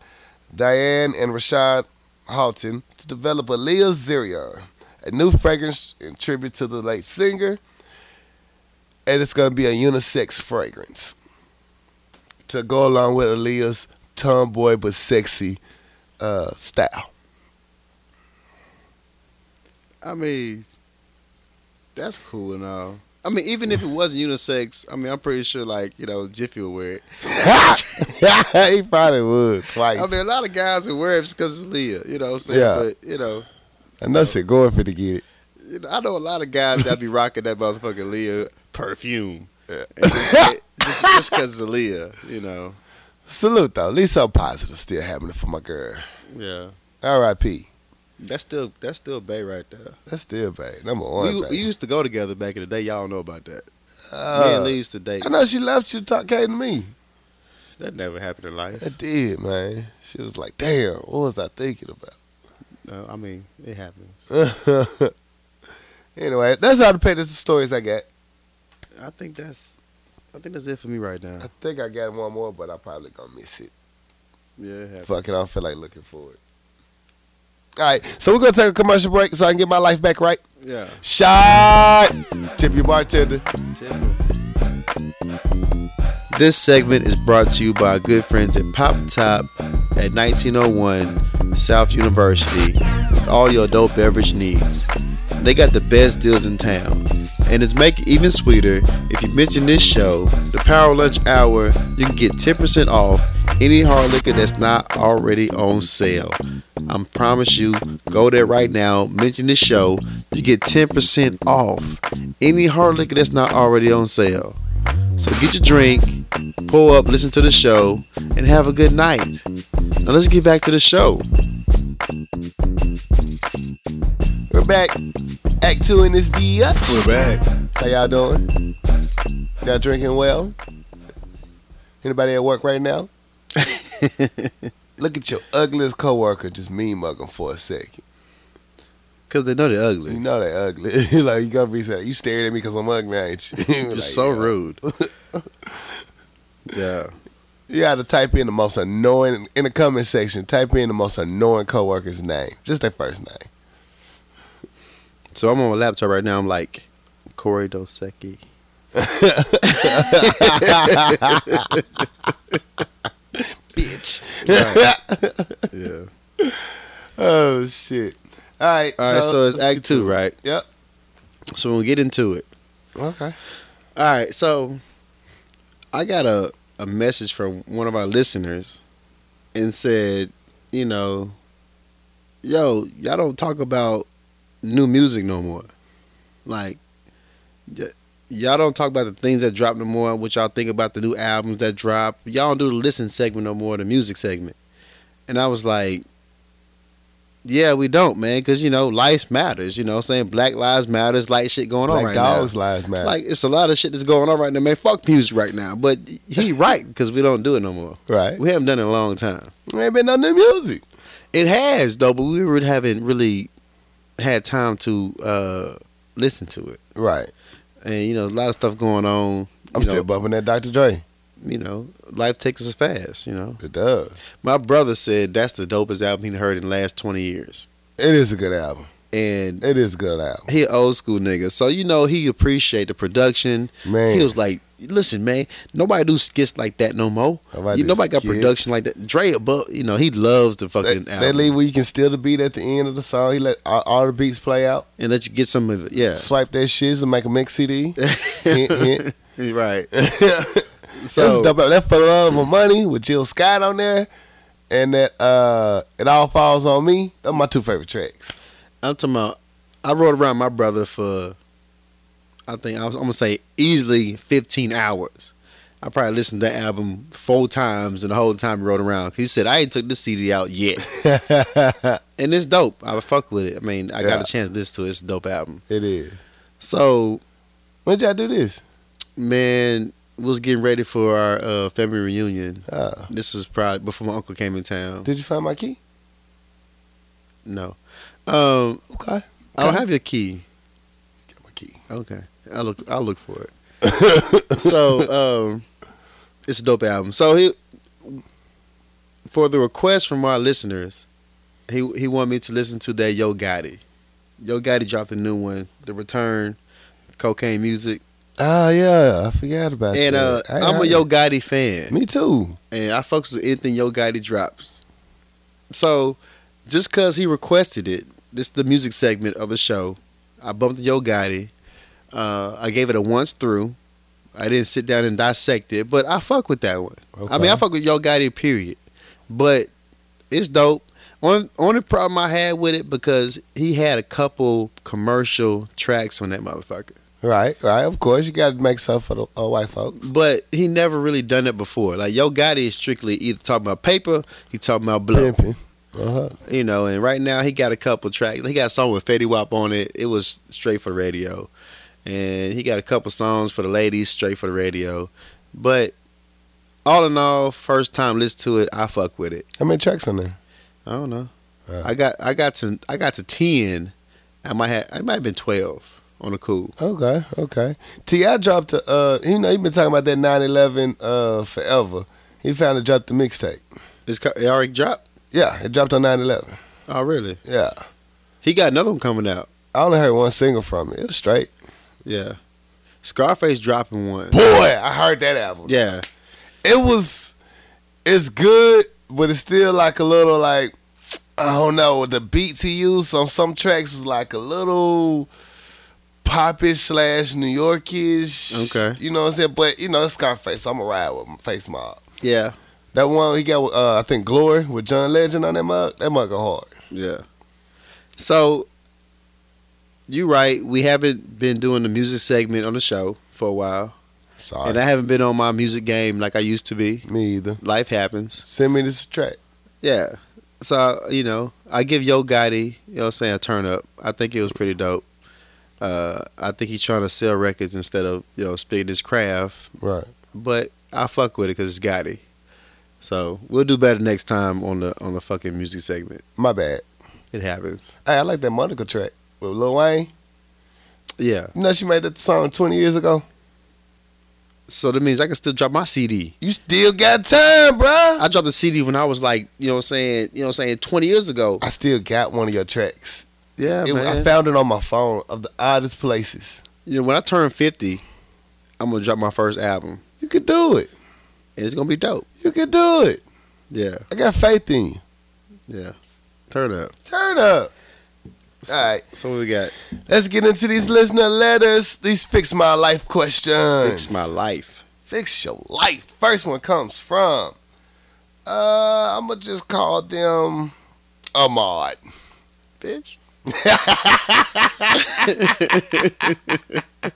[SPEAKER 1] Diane and Rashad Houghton, to develop Aaliyah Zerion, a new fragrance in tribute to the late singer, and it's gonna be a unisex fragrance to go along with Aaliyah's tomboy but sexy uh, style.
[SPEAKER 2] I mean, that's cool and all. I mean, even if it wasn't unisex, I mean, I'm pretty sure, like, you know, Jiffy will wear it.
[SPEAKER 1] he probably would twice.
[SPEAKER 2] I mean, a lot of guys will wear it because it's Leah, you know what I'm saying?
[SPEAKER 1] Yeah.
[SPEAKER 2] But, you know,
[SPEAKER 1] I know she going for to get it.
[SPEAKER 2] you know, I know a lot of guys that be rocking that motherfucking Leah perfume.
[SPEAKER 1] Yeah.
[SPEAKER 2] And Just just because it's Leah, you know.
[SPEAKER 1] Salute though. At least something positive still happening for my girl.
[SPEAKER 2] Yeah.
[SPEAKER 1] R.I.P.
[SPEAKER 2] That's still that's still Bay right there.
[SPEAKER 1] That's still bad. Number one.
[SPEAKER 2] We,
[SPEAKER 1] babe.
[SPEAKER 2] we used to go together back in the day. Y'all know about that.
[SPEAKER 1] Uh,
[SPEAKER 2] Me and Lee used to date.
[SPEAKER 1] I know she left you. Talk came to me.
[SPEAKER 2] That never happened in life.
[SPEAKER 1] It did, man. She was like, "Damn, what was I thinking
[SPEAKER 2] Uh, I mean, it happens.
[SPEAKER 1] about?" anyway, that's how the pay. That's the stories I got.
[SPEAKER 2] I think that's I think that's it for me right now.
[SPEAKER 1] I think I got one more, but I probably gonna miss it.
[SPEAKER 2] Yeah, it happens.
[SPEAKER 1] Fuck it, I don't feel like looking for it. All right, so we're gonna take a commercial break so I can get my life back right.
[SPEAKER 2] Yeah.
[SPEAKER 1] Shot. Tip your bartender.
[SPEAKER 2] This segment is brought to you by our good friends at Pop Top at 1901 South University. with All your adult beverage needs. They got the best deals in town. And it's make it even sweeter if you mention this show, the Power Lunch Hour, you can get 10% off any hard liquor that's not already on sale. I promise you, go there right now, mention this show, you get 10% off any hard liquor that's not already on sale. So get your drink, pull up, listen to the show, and have a good night. Now let's get back to the show.
[SPEAKER 1] We're back. Act two in this bitch.
[SPEAKER 2] We're back.
[SPEAKER 1] How y'all doing? Y'all drinking well? Anybody at work right now? Look at your ugliest coworker just mean mugging for a second.
[SPEAKER 2] Cause they know they're
[SPEAKER 1] You
[SPEAKER 2] ugly.
[SPEAKER 1] know they ugly. like you gotta be sad. You staring at me because I'm ugly, ain't you?
[SPEAKER 2] You're
[SPEAKER 1] Like,
[SPEAKER 2] so
[SPEAKER 1] yeah.
[SPEAKER 2] rude. Yeah.
[SPEAKER 1] You got to type in the most annoying in the comment section. Type in the most annoying coworker's name, just their first name.
[SPEAKER 2] So I'm on my laptop right now. I'm like Corey Dosecki.
[SPEAKER 1] Bitch.
[SPEAKER 2] Yeah.
[SPEAKER 1] Oh shit. All right.
[SPEAKER 2] All right. So, it's
[SPEAKER 1] let's
[SPEAKER 2] Act
[SPEAKER 1] get
[SPEAKER 2] Two,
[SPEAKER 1] to it.
[SPEAKER 2] right?
[SPEAKER 1] Yep.
[SPEAKER 2] So we'll get into it.
[SPEAKER 1] Okay.
[SPEAKER 2] All right. So I got a a message from one of our listeners and said, you know, yo, y'all don't talk about new music no more. Like, y- y'all don't talk about the things that drop no more. What y'all think about the new albums that drop? Y'all don't do the listen segment no more, the music segment. And I was like, yeah, we don't, man, because you know, life matters. You know, what I'm saying Black Lives Matters, like shit going on
[SPEAKER 1] Black
[SPEAKER 2] right now.
[SPEAKER 1] dogs lives matter.
[SPEAKER 2] Like it's a lot of shit that's going on right now, man. Fuck music right now, but he right because we don't do it no more.
[SPEAKER 1] right.
[SPEAKER 2] We haven't done it in a long time.
[SPEAKER 1] There ain't been no new music.
[SPEAKER 2] It has though, but we really haven't really had time to uh, listen to it.
[SPEAKER 1] Right.
[SPEAKER 2] And you know, a lot of stuff going on.
[SPEAKER 1] I'm
[SPEAKER 2] you know,
[SPEAKER 1] still bumping that Dr. Dre.
[SPEAKER 2] you know, life takes us fast. You know,
[SPEAKER 1] It does.
[SPEAKER 2] my brother said that's the dopest album he heard in the last twenty years,
[SPEAKER 1] It is a good album.
[SPEAKER 2] and
[SPEAKER 1] It is a good album.
[SPEAKER 2] he an old school nigga, so you know he appreciate the production.
[SPEAKER 1] Man.
[SPEAKER 2] He was like, "Listen, man, nobody do skits like that no more.
[SPEAKER 1] Nobody
[SPEAKER 2] you,
[SPEAKER 1] do
[SPEAKER 2] nobody got
[SPEAKER 1] skits.
[SPEAKER 2] production like that." Dre, but you know, he loves the
[SPEAKER 1] they,
[SPEAKER 2] fucking
[SPEAKER 1] they
[SPEAKER 2] album
[SPEAKER 1] leave where you can steal the beat at the end of the song. He let all, all the beats play out.
[SPEAKER 2] and let you get some of it. Yeah,
[SPEAKER 1] Swipe that shiz and make a mix CD. hint, hint.
[SPEAKER 2] right.
[SPEAKER 1] So,
[SPEAKER 2] So
[SPEAKER 1] that, was dope. that for love of money with Jill Scott on there, and that uh, it all falls on me. Those my two favorite tracks.
[SPEAKER 2] I'm talking about. I rode around my brother for, I think I was. I'm gonna say easily 15 hours. I probably listened to that album four times, and the whole time he rode around. He said, "I ain't took this CD out yet."
[SPEAKER 1] it
[SPEAKER 2] and it's dope. I would fuck with it. I mean, I
[SPEAKER 1] Yeah.
[SPEAKER 2] got a chance to listen to it. It's a dope album.
[SPEAKER 1] is.
[SPEAKER 2] So,
[SPEAKER 1] When did y'all do this?
[SPEAKER 2] man, we was getting ready for our uh, family reunion.
[SPEAKER 1] Uh,
[SPEAKER 2] This is probably before my uncle came in town.
[SPEAKER 1] did you find my key?
[SPEAKER 2] No, um,
[SPEAKER 1] Okay,
[SPEAKER 2] I don't have your key.
[SPEAKER 1] Got my key.
[SPEAKER 2] Okay, I look. I'll look for it. so, um, it's a dope album. So he, for the request from our listeners, he he wanted me to listen to that Yo Gotti. Yo Gotti dropped a new one, The Return, Cocaine Music.
[SPEAKER 1] Oh yeah, I forgot about
[SPEAKER 2] And uh,
[SPEAKER 1] that. I-
[SPEAKER 2] I'm
[SPEAKER 1] I-
[SPEAKER 2] a Yo Gotti fan,
[SPEAKER 1] Me too.
[SPEAKER 2] and I fucks with anything Yo Gotti drops. So, just cause he requested it, this is the music segment of the show. I bumped Yo Gotti. Uh, I gave it a once through. I didn't sit down and dissect it, but I fuck with that one. I mean, I fuck with Yo Gotti, period. But it's dope. On only problem I had with it because he had a couple commercial tracks on that motherfucker.
[SPEAKER 1] right, right. Of course, you got to make stuff for the uh, white folks.
[SPEAKER 2] But he never really done it before. Like Yo Gotti is strictly either talking about paper, he talking about blow,
[SPEAKER 1] Pimping. Uh-huh.
[SPEAKER 2] you know. And right now he got a couple tracks. He got a song with Fetty Wap on it. It was straight for the radio, and he got a couple songs for the ladies, straight for the radio. But all in all, first time listen to it, I fuck with it.
[SPEAKER 1] How many tracks on there?
[SPEAKER 2] I don't know.
[SPEAKER 1] Yeah.
[SPEAKER 2] I got I got to I got to ten. I might have I might have been twelve on the cool.
[SPEAKER 1] Okay, okay. T.I. dropped a, uh, you know, he been talking about that 911 uh, forever. He finally dropped the mixtape.
[SPEAKER 2] It's co- it already dropped.
[SPEAKER 1] Yeah, it dropped on 911.
[SPEAKER 2] Oh really?
[SPEAKER 1] Yeah.
[SPEAKER 2] He got another one coming out.
[SPEAKER 1] I only heard one single from it. It was straight.
[SPEAKER 2] Yeah. Scarface dropping one.
[SPEAKER 1] Boy, I heard that album.
[SPEAKER 2] Yeah.
[SPEAKER 1] It was, it's good, but it's still like a little like, I don't know, the beats he used on some tracks was like a little popish slash New Yorkish.
[SPEAKER 2] Okay.
[SPEAKER 1] You know what I'm saying? But, you know, it's Scarface, so I'm going to ride with him, Face Mob.
[SPEAKER 2] Yeah.
[SPEAKER 1] That one he got, uh, I think, Glory with John Legend on that mug. That mug go hard.
[SPEAKER 2] Yeah. So you right, we haven't been doing the music segment on the show for a while.
[SPEAKER 1] Sorry,
[SPEAKER 2] And I haven't been on my music game like I used to be.
[SPEAKER 1] me either.
[SPEAKER 2] Life happens.
[SPEAKER 1] Send me this track.
[SPEAKER 2] Yeah. So, you know, I give Yo Gotti, you know what I'm saying, a turn up. I think it was pretty dope. Uh, I think he's trying to sell records instead of, you know, spitting his craft.
[SPEAKER 1] Right.
[SPEAKER 2] but I fuck with it because it's Gotti. So we'll do better next time on the on the fucking music segment.
[SPEAKER 1] My bad.
[SPEAKER 2] It happens.
[SPEAKER 1] Hey, I like that Monica track with Lil Wayne.
[SPEAKER 2] Yeah.
[SPEAKER 1] You know she made that song 20 years ago.
[SPEAKER 2] So that means I can still drop my CD.
[SPEAKER 1] You still got time, bruh.
[SPEAKER 2] I dropped a CD when I was like, you know what I'm saying, you know what I'm saying, 20 years ago.
[SPEAKER 1] I still got one of your tracks.
[SPEAKER 2] Yeah,
[SPEAKER 1] It- I
[SPEAKER 2] man.
[SPEAKER 1] found it on my phone of the oddest places.
[SPEAKER 2] you know, when I turn 50, I'm going to drop my first album
[SPEAKER 1] You could do it.
[SPEAKER 2] and it's going to be dope.
[SPEAKER 1] You could do it.
[SPEAKER 2] Yeah,
[SPEAKER 1] I got faith in you.
[SPEAKER 2] yeah. Turn up.
[SPEAKER 1] Turn up. All right,
[SPEAKER 2] So what we got
[SPEAKER 1] let's get into these listener letters. These fix my life questions.
[SPEAKER 2] Fix My Life.
[SPEAKER 1] Fix your life. First one comes from. Uh, I'm gonna just call them Ahmad.
[SPEAKER 2] Bitch.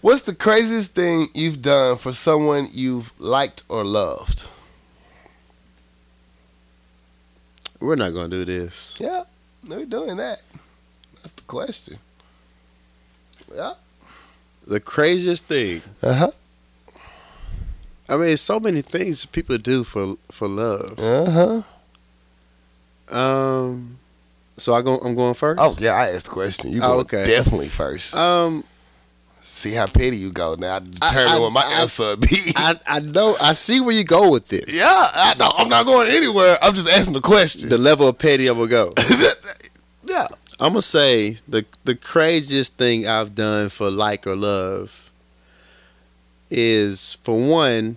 [SPEAKER 1] What's the craziest thing you've done for someone you've liked or loved?
[SPEAKER 2] We're not going to do this.
[SPEAKER 1] Yeah, we're doing that. That's the question. Yeah.
[SPEAKER 2] The craziest thing.
[SPEAKER 1] Uh huh.
[SPEAKER 2] I mean, it's so many things people do for for love.
[SPEAKER 1] Uh huh.
[SPEAKER 2] Um, so I go. I'm going first.
[SPEAKER 1] Oh yeah, I asked the question. You
[SPEAKER 2] Oh,
[SPEAKER 1] go
[SPEAKER 2] okay.
[SPEAKER 1] definitely first.
[SPEAKER 2] Um,
[SPEAKER 1] See how petty you go now. I determine
[SPEAKER 2] I-
[SPEAKER 1] what my
[SPEAKER 2] I-
[SPEAKER 1] answer would be.
[SPEAKER 2] I I know. I see where you go with this.
[SPEAKER 1] yeah, I, no, I'm not going anywhere. I'm just asking the question.
[SPEAKER 2] The level of petty I will go.
[SPEAKER 1] yeah.
[SPEAKER 2] I'm gonna say the the craziest thing I've done for like or love is for one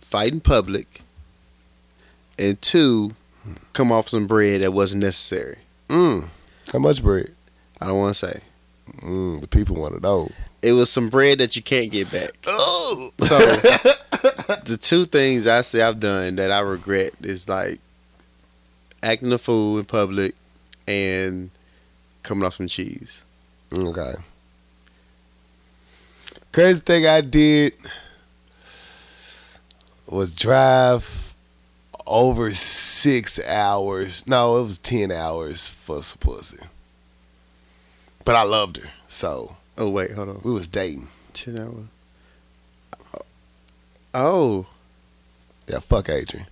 [SPEAKER 2] fight in public, and two come off some bread that wasn't necessary.
[SPEAKER 1] Mm. How much bread?
[SPEAKER 2] I don't want to say
[SPEAKER 1] Mm, the people want to know.
[SPEAKER 2] it was some bread that you can't get back.
[SPEAKER 1] Oh.
[SPEAKER 2] So the two things I say I've done that I regret is like acting a fool in public and coming off some cheese.
[SPEAKER 1] Okay. Crazy thing I did was drive over six hours. No, it was ten hours for some pussy. But I loved her, so
[SPEAKER 2] Oh wait, hold on.
[SPEAKER 1] we was dating.
[SPEAKER 2] Ten hour. Oh,
[SPEAKER 1] Yeah, fuck Adrian.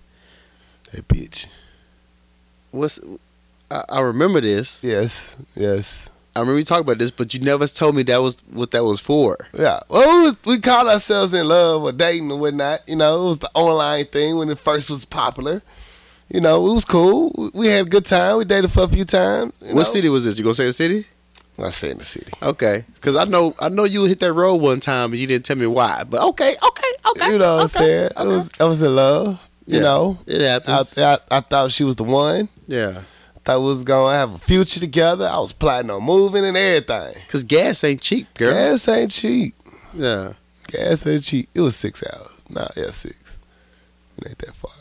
[SPEAKER 1] That bitch.
[SPEAKER 2] what's? I, I remember this.
[SPEAKER 1] Yes, yes.
[SPEAKER 2] I remember you talking about this, but you never told me that was what that was for.
[SPEAKER 1] Yeah. Well, we, was, we called ourselves in love or dating or whatnot. You know, it was the online thing when it first was popular. You know, it was cool. We- We had a good time. We dated for a few times. you
[SPEAKER 2] What
[SPEAKER 1] know.
[SPEAKER 2] city was this? You gonna say the city?
[SPEAKER 1] I said in the city.
[SPEAKER 2] Okay, because I know I know you hit that road one time and you didn't tell me why. But okay, okay, okay.
[SPEAKER 1] you know what I'm
[SPEAKER 2] okay,
[SPEAKER 1] saying? I
[SPEAKER 2] okay.
[SPEAKER 1] was I was in love. You
[SPEAKER 2] Yeah.
[SPEAKER 1] know,
[SPEAKER 2] it
[SPEAKER 1] I,
[SPEAKER 2] happens.
[SPEAKER 1] I I thought she was the one.
[SPEAKER 2] yeah,
[SPEAKER 1] Thought we was gonna have a future together. I was plotting on moving and everything.
[SPEAKER 2] because gas ain't cheap, girl.
[SPEAKER 1] Gas ain't cheap.
[SPEAKER 2] Yeah.
[SPEAKER 1] Gas ain't cheap. It was six hours. Nah, yeah, six. It ain't that far.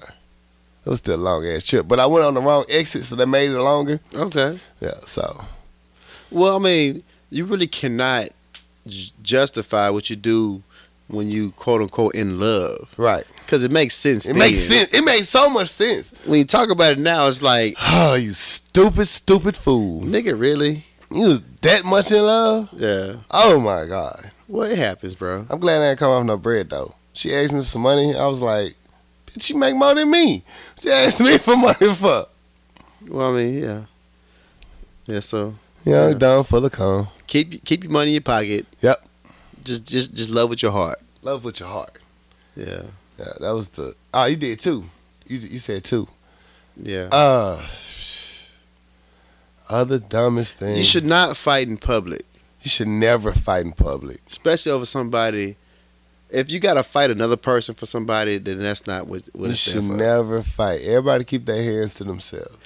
[SPEAKER 1] It was still a long ass trip. But I went on the wrong exit, so that made it longer.
[SPEAKER 2] Okay.
[SPEAKER 1] Yeah, so
[SPEAKER 2] Well, I mean, you really cannot j- justify what you do when you quote unquote in love
[SPEAKER 1] right.
[SPEAKER 2] because it makes sense.
[SPEAKER 1] It makes
[SPEAKER 2] then.
[SPEAKER 1] sense. It made so much sense.
[SPEAKER 2] when you talk about it now. It's like,
[SPEAKER 1] Oh, you stupid, stupid fool.
[SPEAKER 2] nigga, really?
[SPEAKER 1] You was that much in love?
[SPEAKER 2] Yeah.
[SPEAKER 1] Oh my god.
[SPEAKER 2] Well, it happens, bro.
[SPEAKER 1] I'm glad I didn't come off no bread though. She asked me for some money. I was like, bitch, you make more than me. She asked me for money for.
[SPEAKER 2] Well, I mean, yeah, yeah. So
[SPEAKER 1] You know,
[SPEAKER 2] Yeah.
[SPEAKER 1] down for the con.
[SPEAKER 2] keep keep your money in your pocket.
[SPEAKER 1] Yep.
[SPEAKER 2] Just just just love with your heart.
[SPEAKER 1] Love with your heart.
[SPEAKER 2] Yeah.
[SPEAKER 1] Yeah, that was the. Oh, you did two. You you said two.
[SPEAKER 2] Yeah.
[SPEAKER 1] Uh, other dumbest thing.
[SPEAKER 2] you should not fight in public,
[SPEAKER 1] you should never fight in public.
[SPEAKER 2] especially over somebody. If you gotta fight another person for somebody, then that's not what what
[SPEAKER 1] you
[SPEAKER 2] it's
[SPEAKER 1] should
[SPEAKER 2] there for.
[SPEAKER 1] never fight. Everybody keep their hands to themselves.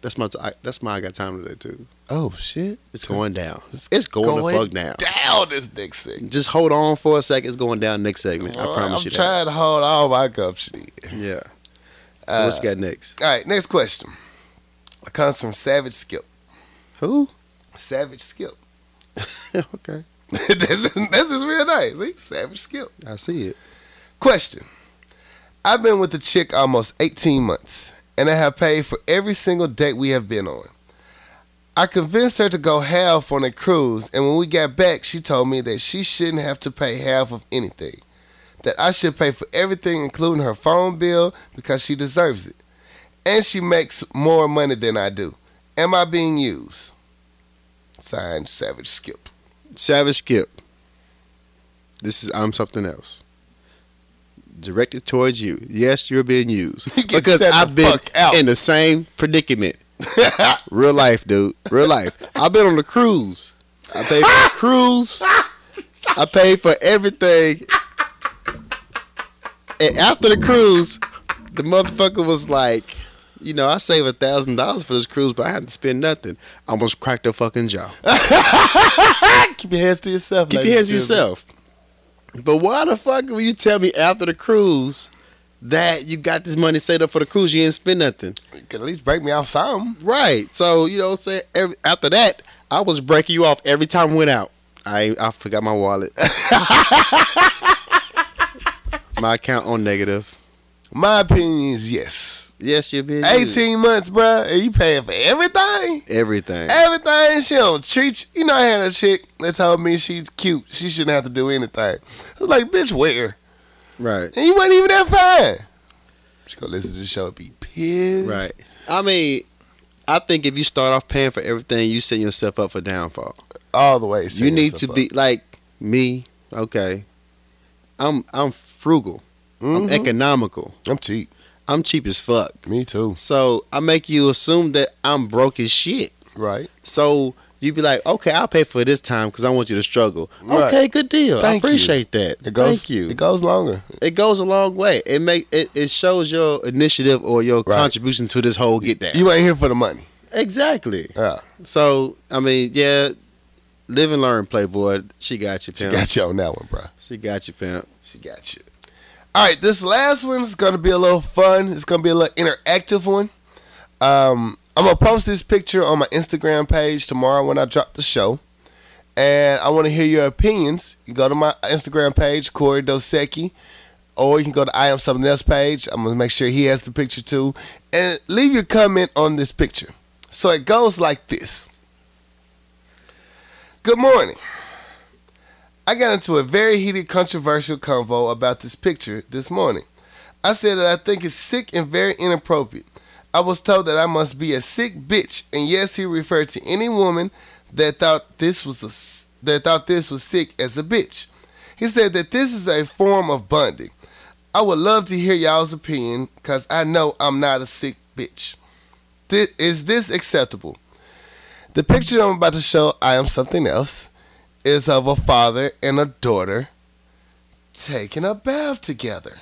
[SPEAKER 2] That's my I, that's my I got time today too.
[SPEAKER 1] Oh shit!
[SPEAKER 2] It's going down. It's, going, the fuck down.
[SPEAKER 1] Down this next thing.
[SPEAKER 2] Just hold on for a second. It's going down next segment. I promise
[SPEAKER 1] am
[SPEAKER 2] you that.
[SPEAKER 1] trying to hold all my cup shit.
[SPEAKER 2] Yeah. So
[SPEAKER 1] Uh,
[SPEAKER 2] what you got next?
[SPEAKER 1] All right, next question. It comes from Savage Skip.
[SPEAKER 2] Who?
[SPEAKER 1] Savage Skip.
[SPEAKER 2] okay.
[SPEAKER 1] that's his, that's his real name. See? Savage Skip.
[SPEAKER 2] I see it.
[SPEAKER 1] Question. I've been with a chick almost 18 months, and I have paid for every single date we have been on. I convinced her to go half on a cruise, and when we got back, she told me that she shouldn't have to pay half of anything, that I should pay for everything, including her phone bill, because she deserves it. And she makes more money than I do. Am I being used? Signed, Savage Skip.
[SPEAKER 2] Savage Skip. This is I'm something else. Directed towards you. Yes, you're being used
[SPEAKER 1] Get
[SPEAKER 2] because
[SPEAKER 1] set the
[SPEAKER 2] I've been
[SPEAKER 1] fuck out.
[SPEAKER 2] in the same predicament. Real life, dude. Real life. I've been on a cruise. I paid for the cruise. I paid for everything. And after the cruise, the motherfucker was like, you know, I saved a thousand dollars for this cruise, but I had to spend nothing. I almost cracked a fucking jaw.
[SPEAKER 1] Keep your hands to yourself.
[SPEAKER 2] Keep
[SPEAKER 1] ladies
[SPEAKER 2] your hands to
[SPEAKER 1] and gentlemen.
[SPEAKER 2] yourself. But why the fuck will you tell me after the cruise that you got this money saved up for the cruise? You didn't spend nothing.
[SPEAKER 1] You Can at least break me off some.
[SPEAKER 2] Right. So, you know, say every, after that, I was breaking you off every time we went out. I I forgot my wallet. my account on negative.
[SPEAKER 1] My opinion is yes.
[SPEAKER 2] Yes, you're being used.
[SPEAKER 1] Eighteen months, bruh, and you paying for everything.
[SPEAKER 2] Everything.
[SPEAKER 1] Everything she don't treat you. You know, I had a chick that told me she's cute. She shouldn't have to do anything. I was like, bitch, where?
[SPEAKER 2] Right.
[SPEAKER 1] And you wasn't even that fine. She gonna listen to the show and be pissed.
[SPEAKER 2] Right. I mean, I think if you start off paying for everything, you set yourself up for downfall.
[SPEAKER 1] All the way.
[SPEAKER 2] you need to
[SPEAKER 1] yourself
[SPEAKER 2] be like me. Okay, I'm I'm frugal.
[SPEAKER 1] up. Mhm.
[SPEAKER 2] I'm economical.
[SPEAKER 1] I'm cheap.
[SPEAKER 2] I'm cheap as fuck.
[SPEAKER 1] Me too.
[SPEAKER 2] So I make you assume that I'm broke as shit.
[SPEAKER 1] Right.
[SPEAKER 2] So you be like, okay, I'll pay for it this time because I want you to struggle.
[SPEAKER 1] Right.
[SPEAKER 2] Okay, good deal.
[SPEAKER 1] Thank
[SPEAKER 2] I
[SPEAKER 1] you.
[SPEAKER 2] appreciate that.
[SPEAKER 1] It goes.
[SPEAKER 2] Thank you.
[SPEAKER 1] It goes longer.
[SPEAKER 2] It goes a long way. It make it, it shows your initiative or your
[SPEAKER 1] Right.
[SPEAKER 2] contribution to this whole get down.
[SPEAKER 1] You ain't here for the money.
[SPEAKER 2] exactly.
[SPEAKER 1] Yeah.
[SPEAKER 2] So I mean, yeah, live and learn, Playboy. She got you,
[SPEAKER 1] She
[SPEAKER 2] pimp.
[SPEAKER 1] got you on that one, bruh.
[SPEAKER 2] She got you, pimp.
[SPEAKER 1] She got you. All right, this last one is going to be a little fun. It's going to be a little interactive one. Um, I'm going to post this picture on my Instagram page tomorrow when I drop the show. And I want to hear your opinions. You go to my Instagram page, Corey Dosecki, or you can go to I Am Something Else page. I'm going to make sure he has the picture too. And leave your comment on this picture. So it goes like this Good morning. I got into a very heated, controversial convo about this picture this morning. I said that I think it's sick and very inappropriate. I was told that I must be a sick bitch, and yes, he referred to any woman that thought this was a, s- that thought this was sick as a bitch. He said that this is a form of bonding. I would love to hear y'all's opinion, cause I know I'm not a sick bitch. Thi- is this acceptable? The picture I'm about to show, I am something else is of a father and a daughter taking a bath together.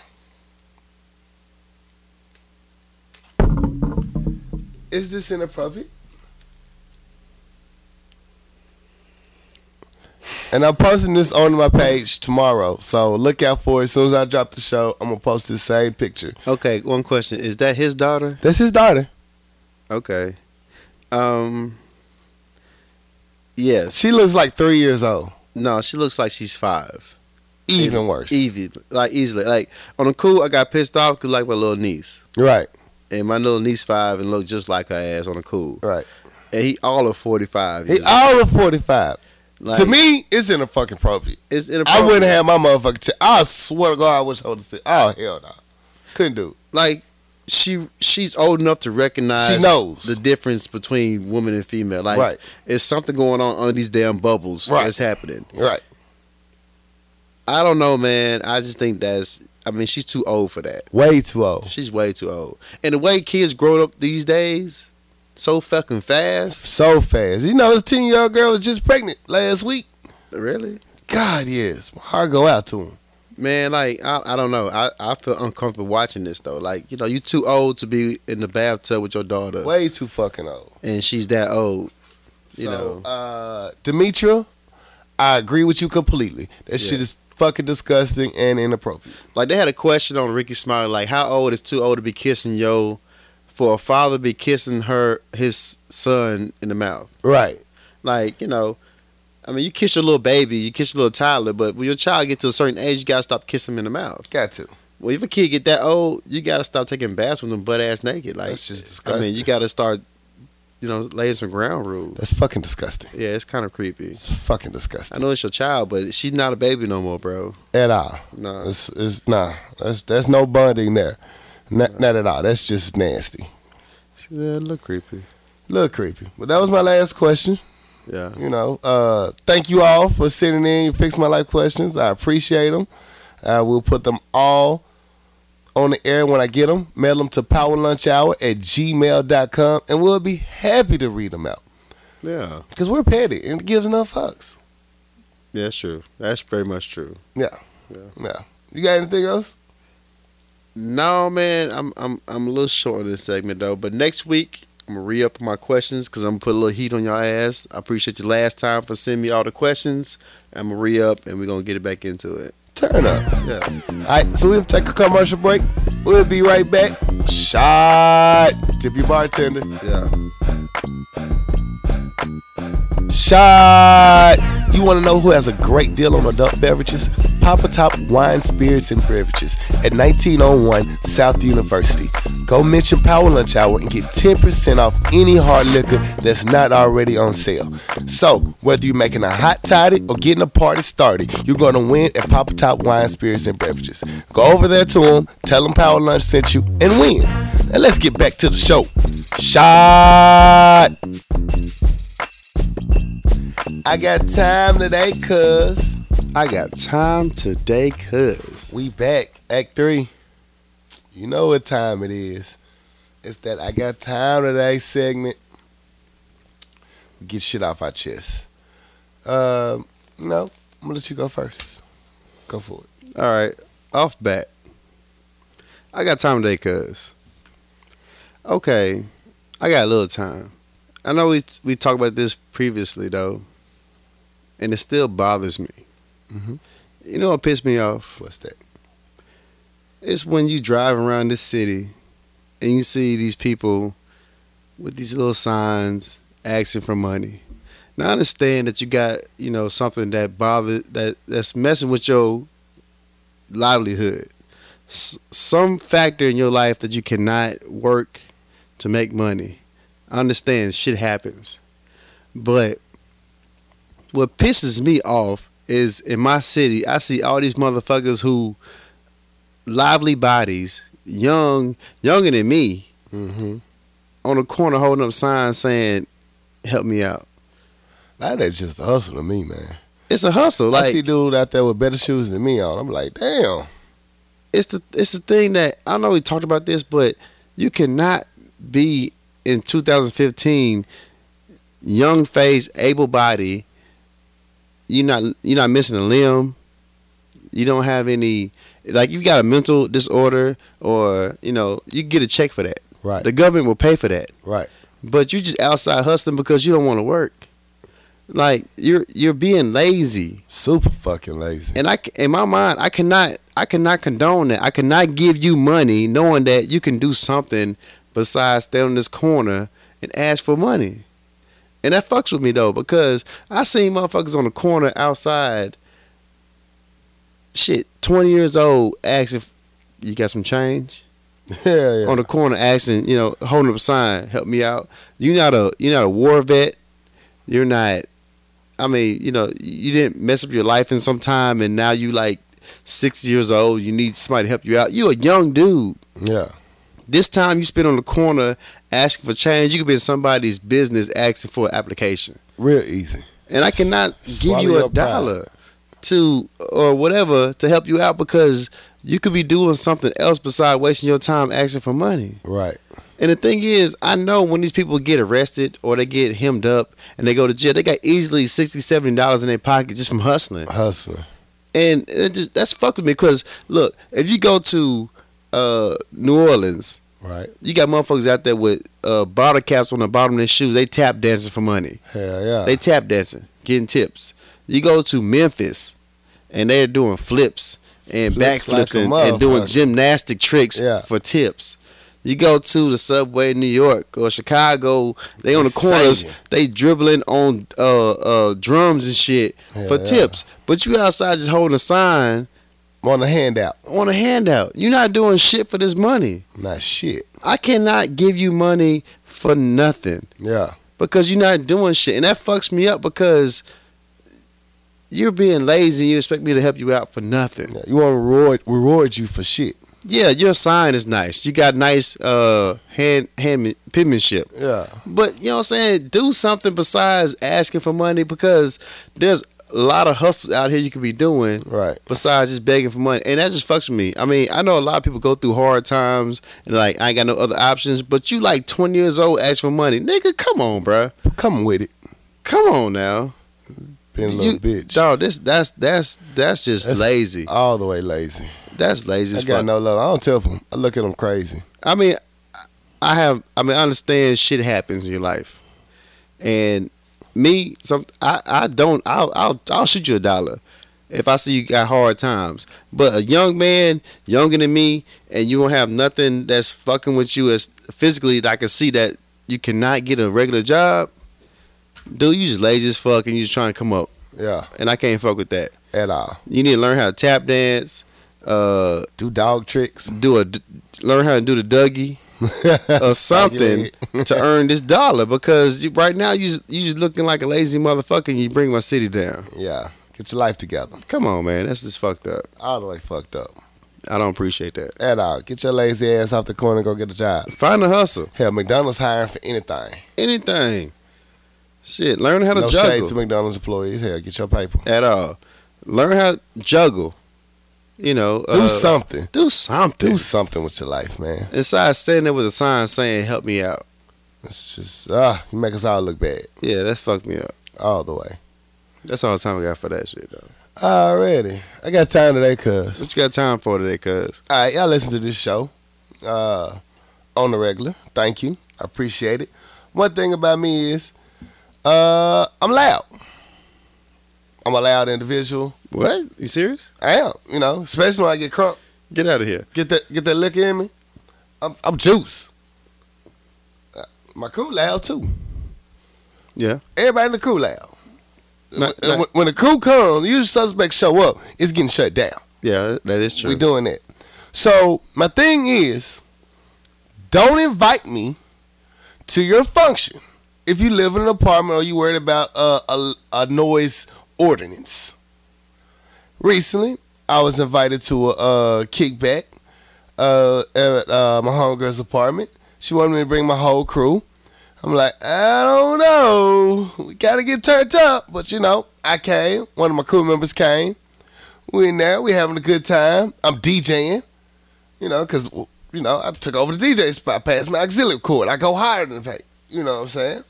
[SPEAKER 1] Is this inappropriate? And I'm posting this on my page tomorrow, so look out for it. As soon as I drop the show, I'm gonna post this same picture.
[SPEAKER 2] Okay, one question: Is that his daughter?
[SPEAKER 1] That's his daughter.
[SPEAKER 2] Okay. Um. Yes.
[SPEAKER 1] She looks like three years old.
[SPEAKER 2] No, she looks like she's five.
[SPEAKER 1] Even worse.
[SPEAKER 2] Easy, like easily. Like on the cool, I got pissed off because like my little niece,
[SPEAKER 1] Right,
[SPEAKER 2] and my little niece five and look just like her ass on the cool,
[SPEAKER 1] right.
[SPEAKER 2] and he all of forty five.
[SPEAKER 1] He all of 45.
[SPEAKER 2] like,
[SPEAKER 1] to me, it's in a fucking appropriate.
[SPEAKER 2] it's
[SPEAKER 1] I
[SPEAKER 2] inappropriate.
[SPEAKER 1] wouldn't have my motherfucking check. I swear to God, I wish I would have said, oh, hell no. Couldn't do
[SPEAKER 2] like she she's old enough to recognize
[SPEAKER 1] She knows.
[SPEAKER 2] the difference between woman and female. Like
[SPEAKER 1] Right.
[SPEAKER 2] it's something going on under these damn bubbles
[SPEAKER 1] Right.
[SPEAKER 2] that's happening.
[SPEAKER 1] it. Right.
[SPEAKER 2] I don't know, man. I just think that's. I mean, she's too old for that.
[SPEAKER 1] Way too old.
[SPEAKER 2] She's way too old. And the way kids grow up these days, so fucking fast.
[SPEAKER 1] So fast. You know, this 10 year old girl was just pregnant last week.
[SPEAKER 2] Really,
[SPEAKER 1] God, yes. My heart go out to him.
[SPEAKER 2] man. Like I, I don't know. I, I feel uncomfortable watching this though. Like you know, you too old to be in the bathtub with your daughter,
[SPEAKER 1] Way too fucking old.
[SPEAKER 2] and she's that old.
[SPEAKER 1] So,
[SPEAKER 2] You know.
[SPEAKER 1] uh, Demetra, I agree with you completely. That
[SPEAKER 2] Yeah.
[SPEAKER 1] shit is fucking disgusting and inappropriate.
[SPEAKER 2] Like they had a question on Ricky Smiley, like how old is too old to be kissing yo? For a father to be kissing her his son in the mouth,
[SPEAKER 1] Right.
[SPEAKER 2] like you know, I mean, you kiss your little baby, you kiss your little toddler, but when your child get to a certain age, you gotta stop kissing him in the mouth.
[SPEAKER 1] Got to.
[SPEAKER 2] Well, if a kid get that old, you gotta stop taking baths with them butt ass naked. Like
[SPEAKER 1] That's just
[SPEAKER 2] I
[SPEAKER 1] disgusting.
[SPEAKER 2] mean, you gotta start, you know, laying some ground rules.
[SPEAKER 1] That's fucking disgusting.
[SPEAKER 2] Yeah, it's kind of creepy.
[SPEAKER 1] It's fucking
[SPEAKER 2] I
[SPEAKER 1] disgusting.
[SPEAKER 2] know it's your child, but she's not a baby no more, bro.
[SPEAKER 1] At all.
[SPEAKER 2] No,
[SPEAKER 1] It's, it's nah. That's that's no bonding there. Not, not at all. That's just nasty.
[SPEAKER 2] yeah, it look creepy.
[SPEAKER 1] A little creepy. But that was my last question.
[SPEAKER 2] Yeah.
[SPEAKER 1] You know, uh, thank you all for sitting in. You fix my life questions. I appreciate them. Uh, we'll put them all on the air when I get them. Mail them to powerlunchhour at gmail.com and we'll be happy to read them out
[SPEAKER 2] Yeah.
[SPEAKER 1] because we're petty and gives no fucks.
[SPEAKER 2] Yeah, that's true. That's very much true.
[SPEAKER 1] Yeah. You got anything else?
[SPEAKER 2] No, man, I'm I'm I'm a little short on this segment though. But next week I'm gonna re up my questions because I'm gonna put a little heat on your ass. I appreciate you last time for sending me all the questions. I'm gonna re up and we're gonna get it back into it.
[SPEAKER 1] Turn up.
[SPEAKER 2] Yeah.
[SPEAKER 1] All right, so we'll take a commercial break. We'll be right back. Shot. Tip your bartender.
[SPEAKER 2] Yeah.
[SPEAKER 1] Shot! You want to know who has a great deal on adult beverages? Papa Top Wine, Spirits, and Beverages at 1901 South University. Go mention Power Lunch Hour and get 10% off any hard liquor that's not already on sale. So, whether you're making a hot toddy or getting a party started, you're going to win at Papa Top Wine, Spirits, and Beverages. Go over there to them, tell them Power Lunch sent you, and win. And let's get back to the show. Shot! I got time today, cuz.
[SPEAKER 2] I got time today, cuz.
[SPEAKER 1] We back, Act Three. You know what time it is. It's that I got time today segment. We get shit off our chest. Um, no, I'm gonna let you go first. Go for it.
[SPEAKER 2] All right, off bat. I got time today, cuz. Okay, I got a little time. I know we we talked about this previously though, and it still bothers me.
[SPEAKER 1] Mhm.
[SPEAKER 2] You know what pissed me off?
[SPEAKER 1] What's that?
[SPEAKER 2] It's when you drive around this city, and you see these people with these little signs asking for money. Now I understand that you got you know something that bother that that's messing with your livelihood. S- some factor in your life that you cannot work to make money. I understand shit happens. But what pisses me off is in my city, I see all these motherfuckers who lively bodies, young, younger than me,
[SPEAKER 1] Mm-hmm.
[SPEAKER 2] on the corner holding up signs saying, "Help me out."
[SPEAKER 1] A lot of that's just a hustle to me, man.
[SPEAKER 2] It's a hustle.
[SPEAKER 1] I
[SPEAKER 2] Like
[SPEAKER 1] see dude out there with better shoes than me on. I'm like, damn.
[SPEAKER 2] it's the it's the thing that I know we talked about this, but you cannot be in 2015 young face, able body. You're not you're not missing a limb. You don't have any like you got a mental disorder or you know you get a check for that.
[SPEAKER 1] Right.
[SPEAKER 2] The government will pay for that.
[SPEAKER 1] Right.
[SPEAKER 2] But you just outside hustling because you don't want to work. Like you're you're being lazy
[SPEAKER 1] Super fucking lazy.
[SPEAKER 2] and I c- in my mind I cannot I cannot condone that. I cannot give you money knowing that you can do something besides stay on this corner and ask for money. And that fucks with me though because I seen motherfuckers on the corner outside shit 20 years old asking if you got some change
[SPEAKER 1] yeah, yeah.
[SPEAKER 2] on the corner asking, you know, holding up a sign, help me out. You're not a you're not a war vet. You're not. I mean, you know, you didn't mess up your life in some time, and now you like six years old. You need somebody to help you out. You a young dude.
[SPEAKER 1] yeah.
[SPEAKER 2] This time you spend on the corner asking for change. You could be in somebody's business asking for an application,
[SPEAKER 1] Real easy.
[SPEAKER 2] and I cannot give
[SPEAKER 1] Swallow
[SPEAKER 2] you
[SPEAKER 1] your
[SPEAKER 2] a
[SPEAKER 1] pride.
[SPEAKER 2] dollar to or whatever to help you out because you could be doing something else besides wasting your time asking for money.
[SPEAKER 1] Right.
[SPEAKER 2] And the thing is, I know when these people get arrested or they get hemmed up and they go to jail, they got easily $60, 70 dollars in their pocket just from hustling.
[SPEAKER 1] Hustling.
[SPEAKER 2] And it just, that's fuck with me because, look, if you go to uh, New Orleans,
[SPEAKER 1] Right.
[SPEAKER 2] you got motherfuckers out there with uh, bottle caps on the bottom of their shoes. They tap dancing for money.
[SPEAKER 1] Hell yeah.
[SPEAKER 2] They tap dancing, getting tips. You go to Memphis and they're doing flips and
[SPEAKER 1] Flips
[SPEAKER 2] backflips
[SPEAKER 1] like a
[SPEAKER 2] and, and doing
[SPEAKER 1] motherfucker.
[SPEAKER 2] gymnastic tricks
[SPEAKER 1] Yeah.
[SPEAKER 2] for tips. You go to the subway in New York or Chicago, they on the
[SPEAKER 1] Insane.
[SPEAKER 2] corners, they dribbling on uh, uh, drums and shit
[SPEAKER 1] Hell
[SPEAKER 2] for
[SPEAKER 1] yeah.
[SPEAKER 2] tips. But you outside just holding a sign
[SPEAKER 1] on the handout.
[SPEAKER 2] on a handout. You're not doing shit for this money.
[SPEAKER 1] Not shit.
[SPEAKER 2] I cannot give you money for nothing
[SPEAKER 1] Yeah.
[SPEAKER 2] because you're not doing shit, and that fucks me up because you're being lazy. You expect me to help you out for nothing.
[SPEAKER 1] Yeah, You want to reward reward you for shit.
[SPEAKER 2] Yeah, your sign is nice. You got nice uh hand hand penmanship.
[SPEAKER 1] Yeah.
[SPEAKER 2] But you know what I'm saying? Do something besides asking for money because there's a lot of hustles out here you could be doing
[SPEAKER 1] Right.
[SPEAKER 2] besides just begging for money. And that just fucks with me. I mean, I know a lot of people go through hard times and like I ain't got no other options, but you like 20 years old ask for money. Nigga, come on, bruh.
[SPEAKER 1] Come with it.
[SPEAKER 2] Come on now.
[SPEAKER 1] Being a little
[SPEAKER 2] You-
[SPEAKER 1] bitch.
[SPEAKER 2] Dog, this that's that's that's just
[SPEAKER 1] That's-
[SPEAKER 2] lazy.
[SPEAKER 1] All the way lazy.
[SPEAKER 2] That's lazy
[SPEAKER 1] I
[SPEAKER 2] as
[SPEAKER 1] got
[SPEAKER 2] fuck.
[SPEAKER 1] no love. I don't tell them. I look at them crazy.
[SPEAKER 2] I mean, I have. I mean, I understand shit happens in your life, and me, some I, I don't. I'll, I'll I'll shoot you a dollar if I see you got hard times. But a young man, younger than me, and you don't have nothing that's fucking with you as physically that I can see that you cannot get a regular job. Dude, you just lazy as fuck, and you just trying to come up,
[SPEAKER 1] Yeah,
[SPEAKER 2] and I can't fuck with that.
[SPEAKER 1] at all.
[SPEAKER 2] You need to learn how to tap dance, uh,
[SPEAKER 1] Do dog tricks.
[SPEAKER 2] do a, learn how to do the Dougie or something to earn this dollar because you, right now you you just looking like a lazy motherfucker and you bring my city down.
[SPEAKER 1] yeah. Get your life together.
[SPEAKER 2] Come on, man, that's just fucked up.
[SPEAKER 1] All the way fucked up.
[SPEAKER 2] I don't appreciate that.
[SPEAKER 1] At all. Get your lazy ass off the corner and go get a job.
[SPEAKER 2] Find a hustle,
[SPEAKER 1] Hell, McDonald's hiring for anything.
[SPEAKER 2] anything. Shit, learn how to
[SPEAKER 1] No shade to
[SPEAKER 2] juggle
[SPEAKER 1] McDonald's employees. Hell, get your paper.
[SPEAKER 2] at all. Learn how to juggle. You know, uh,
[SPEAKER 1] Do something.
[SPEAKER 2] Do something.
[SPEAKER 1] Do something with your life, man.
[SPEAKER 2] Inside standing there with a sign saying "Help me out."
[SPEAKER 1] It's just ah, you make us all look bad
[SPEAKER 2] Yeah, that fucked me up.
[SPEAKER 1] all the way.
[SPEAKER 2] That's all the time I got for that shit though.
[SPEAKER 1] Already, I got time today, cuz.
[SPEAKER 2] What you got time for today, cuz?
[SPEAKER 1] All right, y'all listen to this show uh, on the regular. Thank you, I appreciate it. One thing about me is uh, I'm loud. I'm a loud individual.
[SPEAKER 2] What? You serious?
[SPEAKER 1] I am, you know, especially when I get crunk,
[SPEAKER 2] Get out of here.
[SPEAKER 1] get that get that liquor in me. I'm, I'm juice. Uh, My crew loud too.
[SPEAKER 2] Yeah.
[SPEAKER 1] Everybody in the crew loud.
[SPEAKER 2] Not-
[SPEAKER 1] When-
[SPEAKER 2] not-
[SPEAKER 1] when the crew comes, usual suspects show up. It's getting shut down.
[SPEAKER 2] Yeah, that is true.
[SPEAKER 1] We doing that. So my thing is, don't invite me to your function if you live in an apartment or you worried about uh, a a noise ordinance. Recently, I was invited to a, uh kickback uh, at uh, my homegirl's apartment. She wanted me to bring my whole crew. I'm like, I don't know. We gotta get turned up, but you know, I came. One of my crew members came. We in there. We having a good time. I'm DJing, you know, because, you know, I took over the DJ spot past my auxiliary cord. I go higher than that. You know what I'm saying?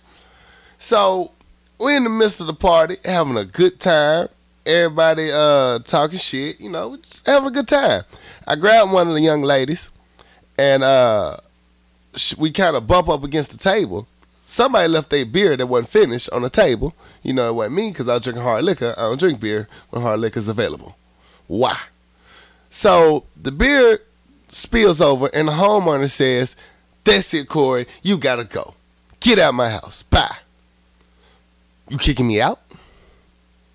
[SPEAKER 1] So we in the midst of the party, having a good time. Everybody uh talking shit, you know, just having a good time. I grabbed one of the young ladies, and uh sh- we kind of bump up against the table. Somebody left their beer that wasn't finished on the table. You know, it wasn't me because I was drinking hard liquor. I don't drink beer when hard liquor is available. Why? So the beer spills over, and the homeowner says, That's it, Corey. You gotta go. Get out my house. Bye. You kicking me out?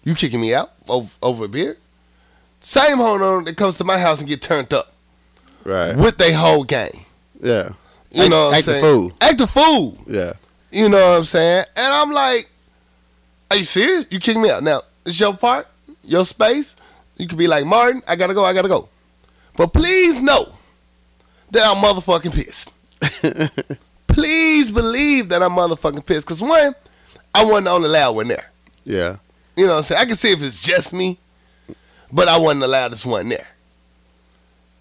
[SPEAKER 1] You kicking me out over, over a beer? Same homeowner that comes to my house and get turned up
[SPEAKER 2] right.
[SPEAKER 1] with they whole gang.
[SPEAKER 2] Yeah.
[SPEAKER 1] You
[SPEAKER 2] Act-
[SPEAKER 1] know what
[SPEAKER 2] act the
[SPEAKER 1] I'm saying?
[SPEAKER 2] fool.
[SPEAKER 1] Act a fool.
[SPEAKER 2] Yeah.
[SPEAKER 1] You know what I'm saying? And I'm like, are you serious? You kicking me out. Now, it's your part, your space. You could be like, Martin, I gotta go, I gotta go. But please know that I'm motherfucking pissed. Please believe that I'm motherfucking pissed. Cause one, I wasn't the only loud one there.
[SPEAKER 2] yeah.
[SPEAKER 1] You know what I'm saying? I can see if it's just me, but I wasn't the loudest one there.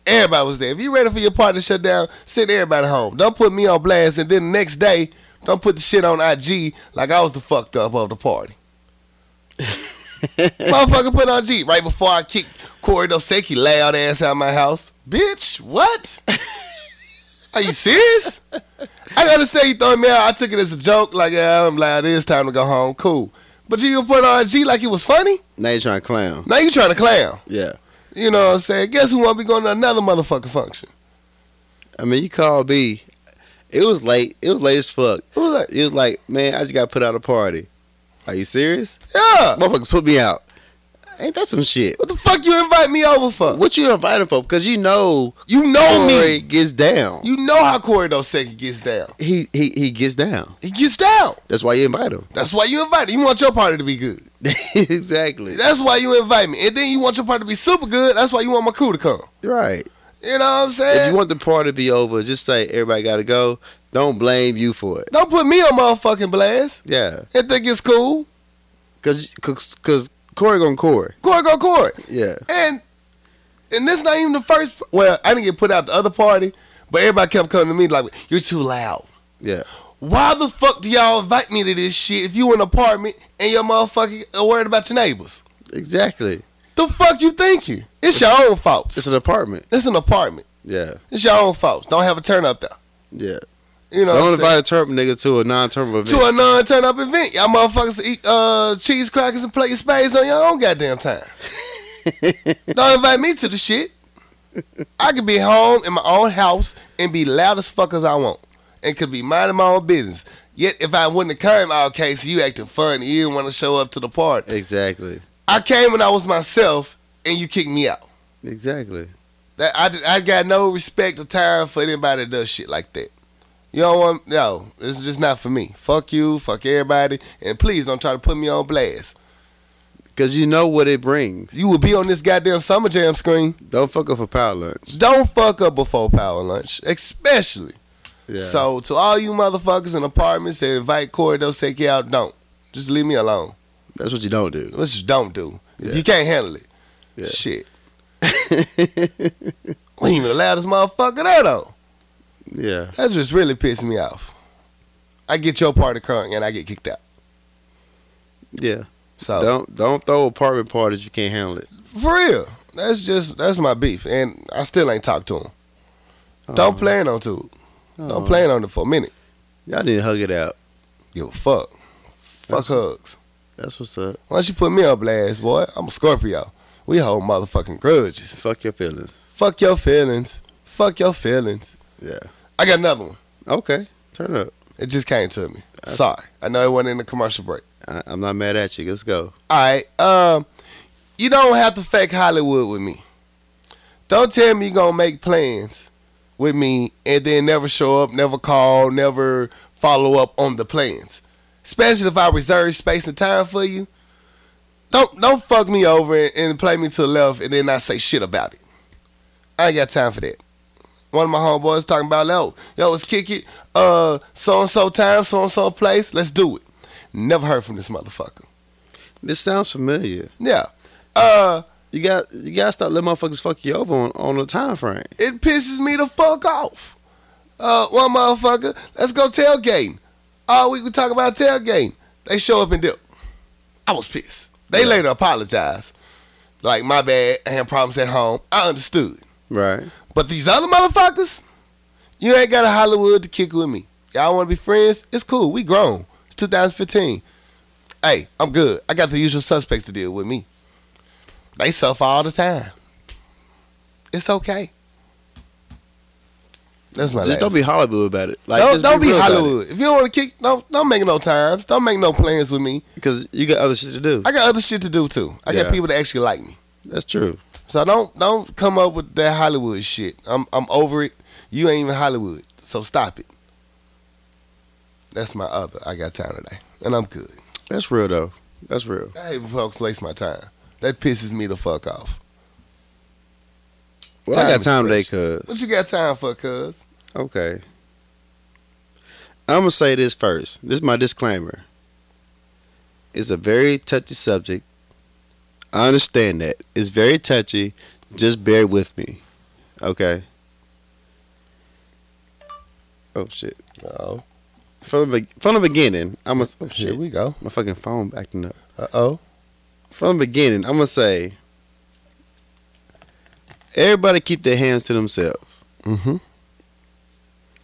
[SPEAKER 1] Everybody was there. If you ready for your party to shut down, send everybody home. Don't put me on blast and then the next day, don't put the shit on IG like I was the fucked up of the party. Motherfucker put on G right before I kicked Corey Dosecki loud ass out of my house. Bitch, what? Are you serious? I understand you throwing me out. I took it as a joke, like, yeah, I'm loud. It's time to go home. Cool. But you gonna put on G like it was funny?
[SPEAKER 2] Now you're trying to clown.
[SPEAKER 1] Now you trying to clown.
[SPEAKER 2] Yeah.
[SPEAKER 1] You know what I'm saying? Guess who won't be going to another motherfucking function?
[SPEAKER 2] I mean, you called B. It was late. It was late as fuck.
[SPEAKER 1] Who was that?
[SPEAKER 2] It was like, man, I just got put out a party. Are you serious?
[SPEAKER 1] Yeah.
[SPEAKER 2] Motherfuckers put me out. Ain't that some shit?
[SPEAKER 1] What the fuck you invite me over for?
[SPEAKER 2] What you inviting for? Because you know,
[SPEAKER 1] You know
[SPEAKER 2] Corey
[SPEAKER 1] me.
[SPEAKER 2] gets down.
[SPEAKER 1] You know how Corey Dosecki gets down.
[SPEAKER 2] He he he gets down.
[SPEAKER 1] He gets down.
[SPEAKER 2] That's why you invite him.
[SPEAKER 1] That's why you invite him. You want your party to be good.
[SPEAKER 2] exactly.
[SPEAKER 1] That's why you invite me. And then you want your party to be super good. That's why you want my crew to come.
[SPEAKER 2] Right.
[SPEAKER 1] You know what I'm saying?
[SPEAKER 2] If you want the party to be over, just say everybody got to go. Don't blame you for it.
[SPEAKER 1] Don't put me on motherfucking blast
[SPEAKER 2] Yeah,
[SPEAKER 1] and think it's cool.
[SPEAKER 2] cause cause, cause Corey gonna Corey.
[SPEAKER 1] Corey go Corey.
[SPEAKER 2] Yeah,
[SPEAKER 1] And and this not even the first well, I didn't get put out the other party, but everybody kept coming to me like, You're too loud.
[SPEAKER 2] yeah.
[SPEAKER 1] Why the fuck do y'all invite me to this shit if you in an apartment and your motherfucking are worried about your neighbors?
[SPEAKER 2] Exactly.
[SPEAKER 1] The fuck you think you? It's your own fault.
[SPEAKER 2] It's an apartment.
[SPEAKER 1] It's an apartment.
[SPEAKER 2] Yeah,
[SPEAKER 1] It's your own fault. Don't have a turn up there.
[SPEAKER 2] yeah.
[SPEAKER 1] You know, what
[SPEAKER 2] Don't
[SPEAKER 1] I'm saying?
[SPEAKER 2] invite a term nigga to a non-term event.
[SPEAKER 1] to a non turn up event. Y'all motherfuckers to eat uh, cheese crackers and play your spades on your own goddamn time. Don't invite me to the shit. I could be home in my own house and be loud as fuck as I want. And could be minding my own business. Yet if I wouldn't have come, oh Casey, you acting funny. You didn't want to show up to the party.
[SPEAKER 2] exactly.
[SPEAKER 1] I came and I was myself and you kicked me out.
[SPEAKER 2] Exactly.
[SPEAKER 1] That I, I got no respect or time for anybody that does shit like that. You don't want no. It's just not for me. Fuck you. Fuck everybody. And please don't try to put me on blast.
[SPEAKER 2] Cause you know what it brings.
[SPEAKER 1] You will be on this goddamn summer jam screen.
[SPEAKER 2] Don't fuck up a power lunch.
[SPEAKER 1] Don't fuck up before power lunch, especially.
[SPEAKER 2] Yeah.
[SPEAKER 1] So to all you motherfuckers in apartments that invite Corey Dos take you out, don't. Just leave me alone.
[SPEAKER 2] that's what you don't do.
[SPEAKER 1] Let's just don't do. If
[SPEAKER 2] Yeah.
[SPEAKER 1] you can't handle it,
[SPEAKER 2] Yeah.
[SPEAKER 1] shit. We ain't even the loudest motherfucker there though.
[SPEAKER 2] yeah.
[SPEAKER 1] That just really pissed me off. I get your party crunk and I get kicked out.
[SPEAKER 2] Yeah.
[SPEAKER 1] So
[SPEAKER 2] Don't don't throw apartment parties you can't handle it.
[SPEAKER 1] for real, that's just that's my beef, and I still ain't talked to him. Don't plan on to. it. Don't plan on it for a minute.
[SPEAKER 2] Y'all need to hug it out.
[SPEAKER 1] Yo, fuck, fuck
[SPEAKER 2] That's-
[SPEAKER 1] hugs.
[SPEAKER 2] That's what's up.
[SPEAKER 1] Once you put me on blast, boy, I'm a Scorpio. We hold motherfucking grudges.
[SPEAKER 2] Fuck your feelings.
[SPEAKER 1] Fuck your feelings. Fuck your feelings.
[SPEAKER 2] Yeah.
[SPEAKER 1] I got another one.
[SPEAKER 2] Okay. Turn up.
[SPEAKER 1] It just came to me. Sorry, I know it wasn't in the commercial break.
[SPEAKER 2] I, I'm not mad at you. Let's go.
[SPEAKER 1] All right. Um, you don't have to fake Hollywood with me. Don't tell me you're gonna make plans with me and then never show up, never call, never follow up on the plans. Especially if I reserve space and time for you. Don't don't fuck me over and, and play me to the left and then not say shit about it. I ain't got time for that. One of my homeboys talking about, yo, yo, let's kick it. Uh, so and so time, so and so place. Let's do it. Never heard from this motherfucker.
[SPEAKER 2] This sounds familiar.
[SPEAKER 1] Yeah. Uh,
[SPEAKER 2] You got you gotta stop letting motherfuckers fuck you over on, on the time frame.
[SPEAKER 1] it pisses me the fuck off. Uh, one motherfucker, let's go tailgating. All week we talk about tailgating. They show up and dip. I was pissed. They
[SPEAKER 2] Yeah.
[SPEAKER 1] later apologized. Like, my bad, I had problems at home. I understood.
[SPEAKER 2] Right.
[SPEAKER 1] But these other motherfuckers, you ain't got a Hollywood to kick with me. Y'all want to be friends? It's cool. We grown. It's 2015. Hey, I'm good. I got the usual suspects to deal with me. They suffer all the time. It's okay. That's my
[SPEAKER 2] Just
[SPEAKER 1] last.
[SPEAKER 2] don't be Hollywood about it. Like
[SPEAKER 1] don't,
[SPEAKER 2] just
[SPEAKER 1] don't be,
[SPEAKER 2] real about it.
[SPEAKER 1] Hollywood. If you don't want to kick, don't don't make no times. Don't make no plans with me.
[SPEAKER 2] Cause you got other shit to do.
[SPEAKER 1] I got other shit to do too. I
[SPEAKER 2] Yeah.
[SPEAKER 1] got people that actually like me.
[SPEAKER 2] That's true.
[SPEAKER 1] So don't don't come up with that Hollywood shit. I'm I'm over it. You ain't even Hollywood, so stop it. That's my other. I got time today, and I'm good.
[SPEAKER 2] That's real though. That's real.
[SPEAKER 1] I hate when folks waste my time. That pisses me the fuck off.
[SPEAKER 2] Well,
[SPEAKER 1] Time
[SPEAKER 2] I got
[SPEAKER 1] is
[SPEAKER 2] time today,
[SPEAKER 1] precious.
[SPEAKER 2] cuz.
[SPEAKER 1] What you got time for, cuz?
[SPEAKER 2] Okay. I'm going to say this first. This is my disclaimer. It's a very touchy subject. I understand that. It's very touchy. Just bear with me. Okay. Oh shit.
[SPEAKER 1] Oh,
[SPEAKER 2] From the be- from the beginning, I'm gonna oh,
[SPEAKER 1] here
[SPEAKER 2] shit.
[SPEAKER 1] we go.
[SPEAKER 2] My fucking phone backing up.
[SPEAKER 1] Uh oh.
[SPEAKER 2] From the beginning, I'm gonna say everybody keep their hands to themselves.
[SPEAKER 1] Mhm.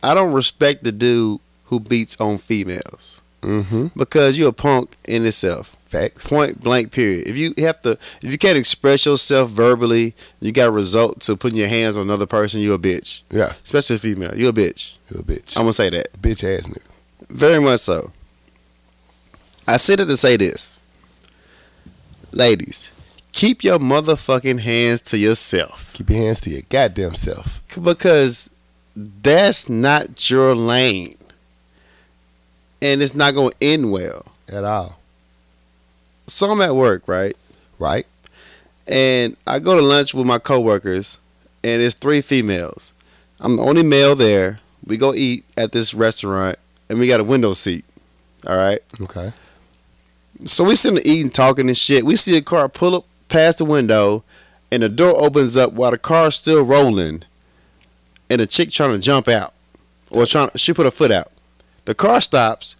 [SPEAKER 2] I don't respect the dude who beats on females
[SPEAKER 1] Mhm.
[SPEAKER 2] because you're a punk in itself.
[SPEAKER 1] Facts.
[SPEAKER 2] Point blank. Period. If you have to, if you can't express yourself verbally, you got a result to putting your hands on another person. You're a bitch,
[SPEAKER 1] Yeah,
[SPEAKER 2] especially a female. You're a bitch.
[SPEAKER 1] you a bitch.
[SPEAKER 2] I'm gonna say that
[SPEAKER 1] bitch ass nigga.
[SPEAKER 2] very much so. I said it to say this, ladies, keep your motherfucking hands to yourself.
[SPEAKER 1] Keep your hands to your goddamn self.
[SPEAKER 2] because that's not your lane and it's not going to end well
[SPEAKER 1] At all.
[SPEAKER 2] so i'm at work right
[SPEAKER 1] Right.
[SPEAKER 2] and i go to lunch with my coworkers and it's three females. I'm the only male there. We go eat at this restaurant, and we got a window seat. All right.
[SPEAKER 1] Okay.
[SPEAKER 2] So we sitting there eating, talking and shit. We see a car pull up past the window, and the door opens up while the car's still rolling, and a chick trying to jump out, or trying she put her foot out. The car stops.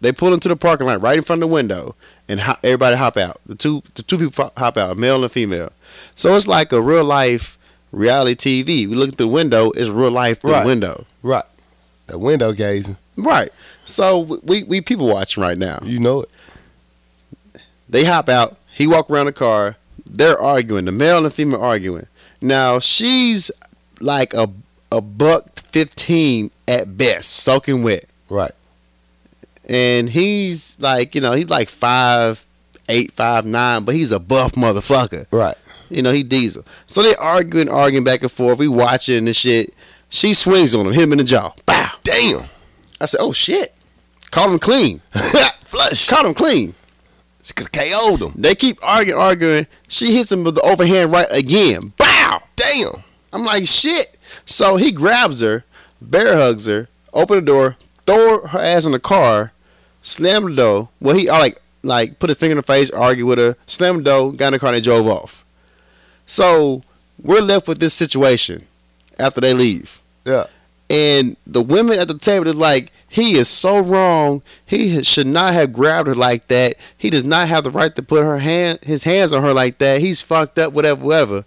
[SPEAKER 2] They pull into the parking lot right in front of the window, and ho- everybody hop out. The two the two people fo- hop out, male and female. So it's like a real life reality TV. We look at the window. It's real life through
[SPEAKER 1] Right.
[SPEAKER 2] the window.
[SPEAKER 1] Right. That window gazing.
[SPEAKER 2] Right. So we we people watching right now.
[SPEAKER 1] You know it.
[SPEAKER 2] They hop out. He walk around the car. They're arguing. The male and the female arguing. Now she's like a a buck fifteen at best, soaking wet,
[SPEAKER 1] Right.
[SPEAKER 2] and he's like you know he's like five eight five nine, but he's a buff motherfucker.
[SPEAKER 1] Right.
[SPEAKER 2] You know he diesel. So they arguing, arguing back and forth. We watching this shit. She swings on him, hit him in the jaw. Bow.
[SPEAKER 1] Damn.
[SPEAKER 2] I said, oh shit. Caught him clean.
[SPEAKER 1] Flush.
[SPEAKER 2] Caught him clean.
[SPEAKER 1] She could have KO'd him.
[SPEAKER 2] They keep arguing, arguing. She hits him with the overhand right again. Bow!
[SPEAKER 1] Damn.
[SPEAKER 2] I'm like, shit. So he grabs her, bear hugs her, open the door, throw her ass in the car, slam the door. Well, he uh, like like put a finger in her face, argue with her, slam the door, got in the car, and they drove off. So we're left with this situation after they leave.
[SPEAKER 1] Yeah.
[SPEAKER 2] And the women at the table is like, he is so wrong. He should not have grabbed her like that. He does not have the right to put her hand, his hands on her like that. He's fucked up, whatever, whatever.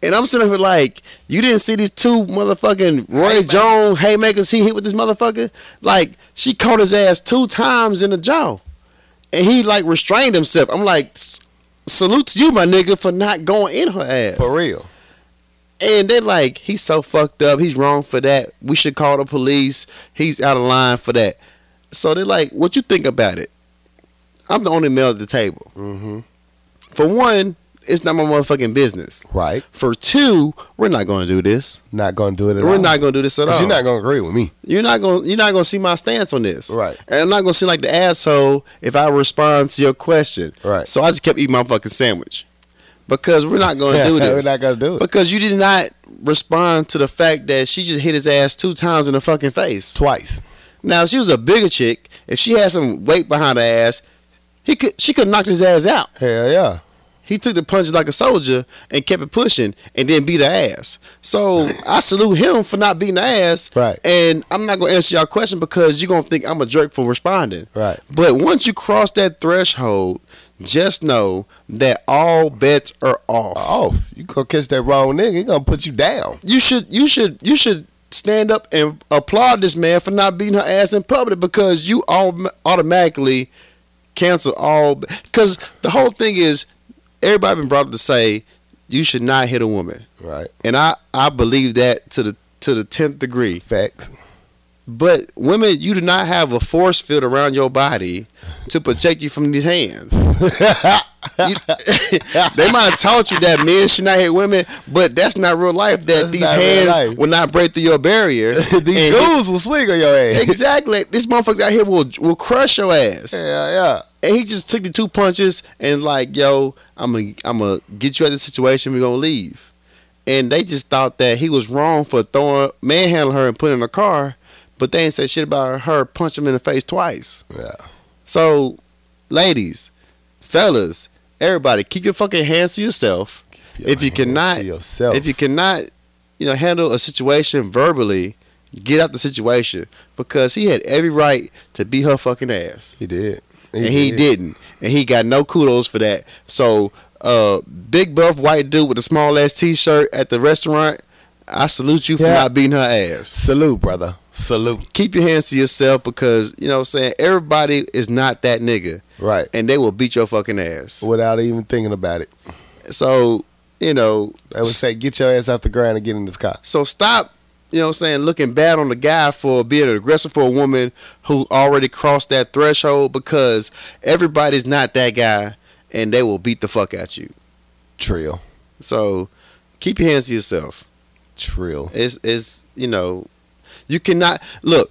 [SPEAKER 2] And I'm sitting here like, you didn't see these two motherfucking Roy Jones haymakers he hit with this motherfucker? Like, she caught his ass two times in the jaw. And he like restrained himself. I'm like, "S- salute to you, my nigga, for not going in her ass.
[SPEAKER 1] For real.
[SPEAKER 2] And they're like, he's so fucked up. He's wrong for that. We should call the police. He's out of line for that. So they're like, what you think about it? I'm the only male at the table.
[SPEAKER 1] Mm-hmm.
[SPEAKER 2] For one, it's not my motherfucking business.
[SPEAKER 1] Right.
[SPEAKER 2] For two, we're not going to do this.
[SPEAKER 1] Not gonna do it at all.
[SPEAKER 2] We're not going to do this at
[SPEAKER 1] 'Cause
[SPEAKER 2] all.
[SPEAKER 1] You're not gonna agree with me.
[SPEAKER 2] You're not going. You're not going to see my stance on this.
[SPEAKER 1] Right.
[SPEAKER 2] And I'm not going to seem like the asshole if I respond to your question.
[SPEAKER 1] Right.
[SPEAKER 2] So I just kept eating my fucking sandwich because we're not going to do this.
[SPEAKER 1] We're not gonna do it.
[SPEAKER 2] Because you did not respond to the fact that she just hit his ass two times in the fucking face.
[SPEAKER 1] Twice.
[SPEAKER 2] Now, if she was a bigger chick, if she had some weight behind her ass, he could she could knock his ass out.
[SPEAKER 1] Hell yeah.
[SPEAKER 2] He took the punches like a soldier and kept it pushing and then beat her ass. So I salute him for not beating her ass.
[SPEAKER 1] Right.
[SPEAKER 2] And I'm not gonna answer your question because you're gonna think I'm a jerk for responding.
[SPEAKER 1] Right.
[SPEAKER 2] But once you cross that threshold, just know that all bets are off.
[SPEAKER 1] Off. You gonna catch that wrong nigga, he gonna put you down.
[SPEAKER 2] you should you should you should stand up and applaud this man for not beating her ass in public because you all automatically cancel all because the whole thing is everybody been brought up to say you should not hit a woman
[SPEAKER 1] Right.
[SPEAKER 2] and I I believe that to the to the tenth degree
[SPEAKER 1] Facts.
[SPEAKER 2] but women you do not have a force field around your body to protect you from these hands. You- they might have taught you that men should not hit women, but that's not real life. That
[SPEAKER 1] That's
[SPEAKER 2] these
[SPEAKER 1] not real
[SPEAKER 2] hands
[SPEAKER 1] life.
[SPEAKER 2] will not break through your barrier.
[SPEAKER 1] These
[SPEAKER 2] And-
[SPEAKER 1] dudes will swing on your ass.
[SPEAKER 2] Exactly. This motherfucker out here will will crush your ass.
[SPEAKER 1] Yeah, yeah.
[SPEAKER 2] And he just took the two punches and like, yo, I'm gonna I'm gonna get you out of this situation. We're gonna leave. And they just thought that he was wrong for throwing manhandling her and putting her in a car, but they ain't said shit about her punching him in the face twice.
[SPEAKER 1] Yeah.
[SPEAKER 2] So, ladies, fellas, everybody, keep your fucking hands to yourself. If you
[SPEAKER 1] Your hand
[SPEAKER 2] cannot-
[SPEAKER 1] to yourself.
[SPEAKER 2] If you cannot, you know, handle a situation verbally, get out the situation because he had every right to beat her fucking ass
[SPEAKER 1] he did.
[SPEAKER 2] and he didn't, and he got no kudos for that. So, uh, big buff white dude with a small ass t-shirt at the restaurant, I salute you for
[SPEAKER 1] Yeah.
[SPEAKER 2] not beating her ass.
[SPEAKER 1] Salute, brother. Salute.
[SPEAKER 2] Keep your hands to yourself because you know what I'm saying everybody is not that nigga,
[SPEAKER 1] Right.
[SPEAKER 2] and they will beat your fucking ass.
[SPEAKER 1] Without even thinking about it.
[SPEAKER 2] So, you know,
[SPEAKER 1] They would say, get your ass off the ground and get in this car.
[SPEAKER 2] so stop. You know what I'm saying? Looking bad on the guy for being aggressive for a woman who already crossed that threshold because everybody's not that guy and they will beat the fuck at you.
[SPEAKER 1] Trill.
[SPEAKER 2] So keep your hands to yourself.
[SPEAKER 1] Trill.
[SPEAKER 2] It's it's you know, you cannot look.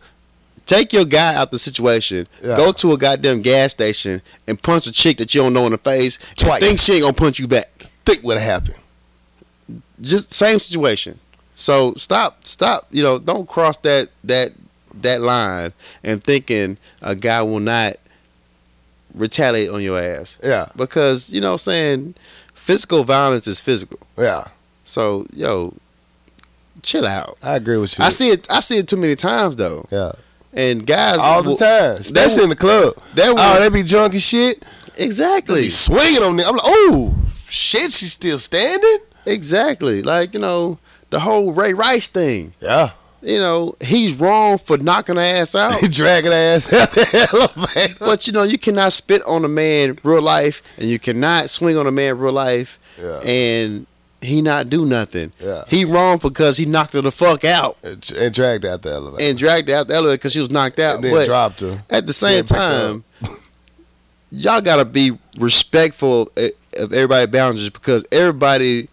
[SPEAKER 2] Take your guy out the situation.
[SPEAKER 1] Yeah.
[SPEAKER 2] Go to a goddamn gas station and punch a chick that you don't know in the face. and
[SPEAKER 1] Twice.
[SPEAKER 2] Think she ain't gonna punch you back.
[SPEAKER 1] Think what happened.
[SPEAKER 2] just same situation. So stop, stop. You know, don't cross that that that line and thinking a guy will not retaliate on your ass
[SPEAKER 1] Yeah,
[SPEAKER 2] because you know what I'm saying physical violence is physical.
[SPEAKER 1] yeah.
[SPEAKER 2] So yo, chill out.
[SPEAKER 1] I agree with you.
[SPEAKER 2] I see it. I see it too many times though,
[SPEAKER 1] Yeah,
[SPEAKER 2] and guys
[SPEAKER 1] all the
[SPEAKER 2] will-
[SPEAKER 1] time, especially in the club.
[SPEAKER 2] That will,
[SPEAKER 1] Oh, they be drunk as shit. They
[SPEAKER 2] exactly,
[SPEAKER 1] be swinging on them. I'm like, oh shit, she's still standing.
[SPEAKER 2] exactly. Like you know the whole Ray Rice thing.
[SPEAKER 1] Yeah,
[SPEAKER 2] You know he's wrong for knocking her ass out.
[SPEAKER 1] dragging her ass out the elevator.
[SPEAKER 2] But you know, you cannot spit on a man real life, and you cannot swing on a man real life,
[SPEAKER 1] Yeah.
[SPEAKER 2] and he not do nothing.
[SPEAKER 1] Yeah.
[SPEAKER 2] He wrong because he knocked her the fuck out
[SPEAKER 1] And, and dragged out the elevator.
[SPEAKER 2] and dragged her out the elevator because she was knocked out.
[SPEAKER 1] And then
[SPEAKER 2] but
[SPEAKER 1] dropped her.
[SPEAKER 2] at the
[SPEAKER 1] then
[SPEAKER 2] same
[SPEAKER 1] back
[SPEAKER 2] time, y'all gotta be respectful of of everybody's boundaries because everybody.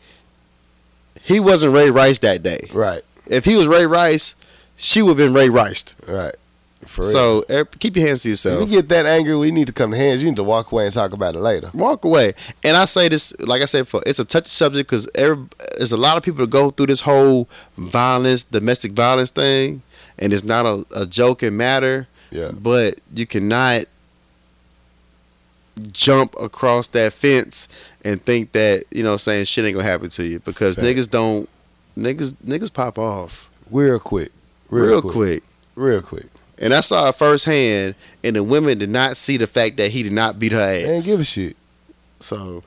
[SPEAKER 2] He wasn't Ray Rice that day.
[SPEAKER 1] Right,
[SPEAKER 2] If he was Ray Rice, she would have been Ray Riced.
[SPEAKER 1] right. For real.
[SPEAKER 2] So eh, keep your hands to
[SPEAKER 1] If
[SPEAKER 2] yourself.
[SPEAKER 1] you get that angry, we need to come to hands. You need to walk away and talk about it later.
[SPEAKER 2] walk away. And I say this, like I said before, it's a touchy subject because there's a lot of people that go through this whole violence, domestic violence thing, and it's not a, a joking matter.
[SPEAKER 1] Yeah.
[SPEAKER 2] But you cannot jump across that fence and think that you know what I'm saying shit ain't gonna happen to you because
[SPEAKER 1] Fact.
[SPEAKER 2] niggas don't niggas niggas pop off
[SPEAKER 1] Real quick.
[SPEAKER 2] real, quick.
[SPEAKER 1] Real quick.
[SPEAKER 2] And I saw it firsthand, and the women did not see the fact that he did not beat her ass.
[SPEAKER 1] They ain't give a shit.
[SPEAKER 2] So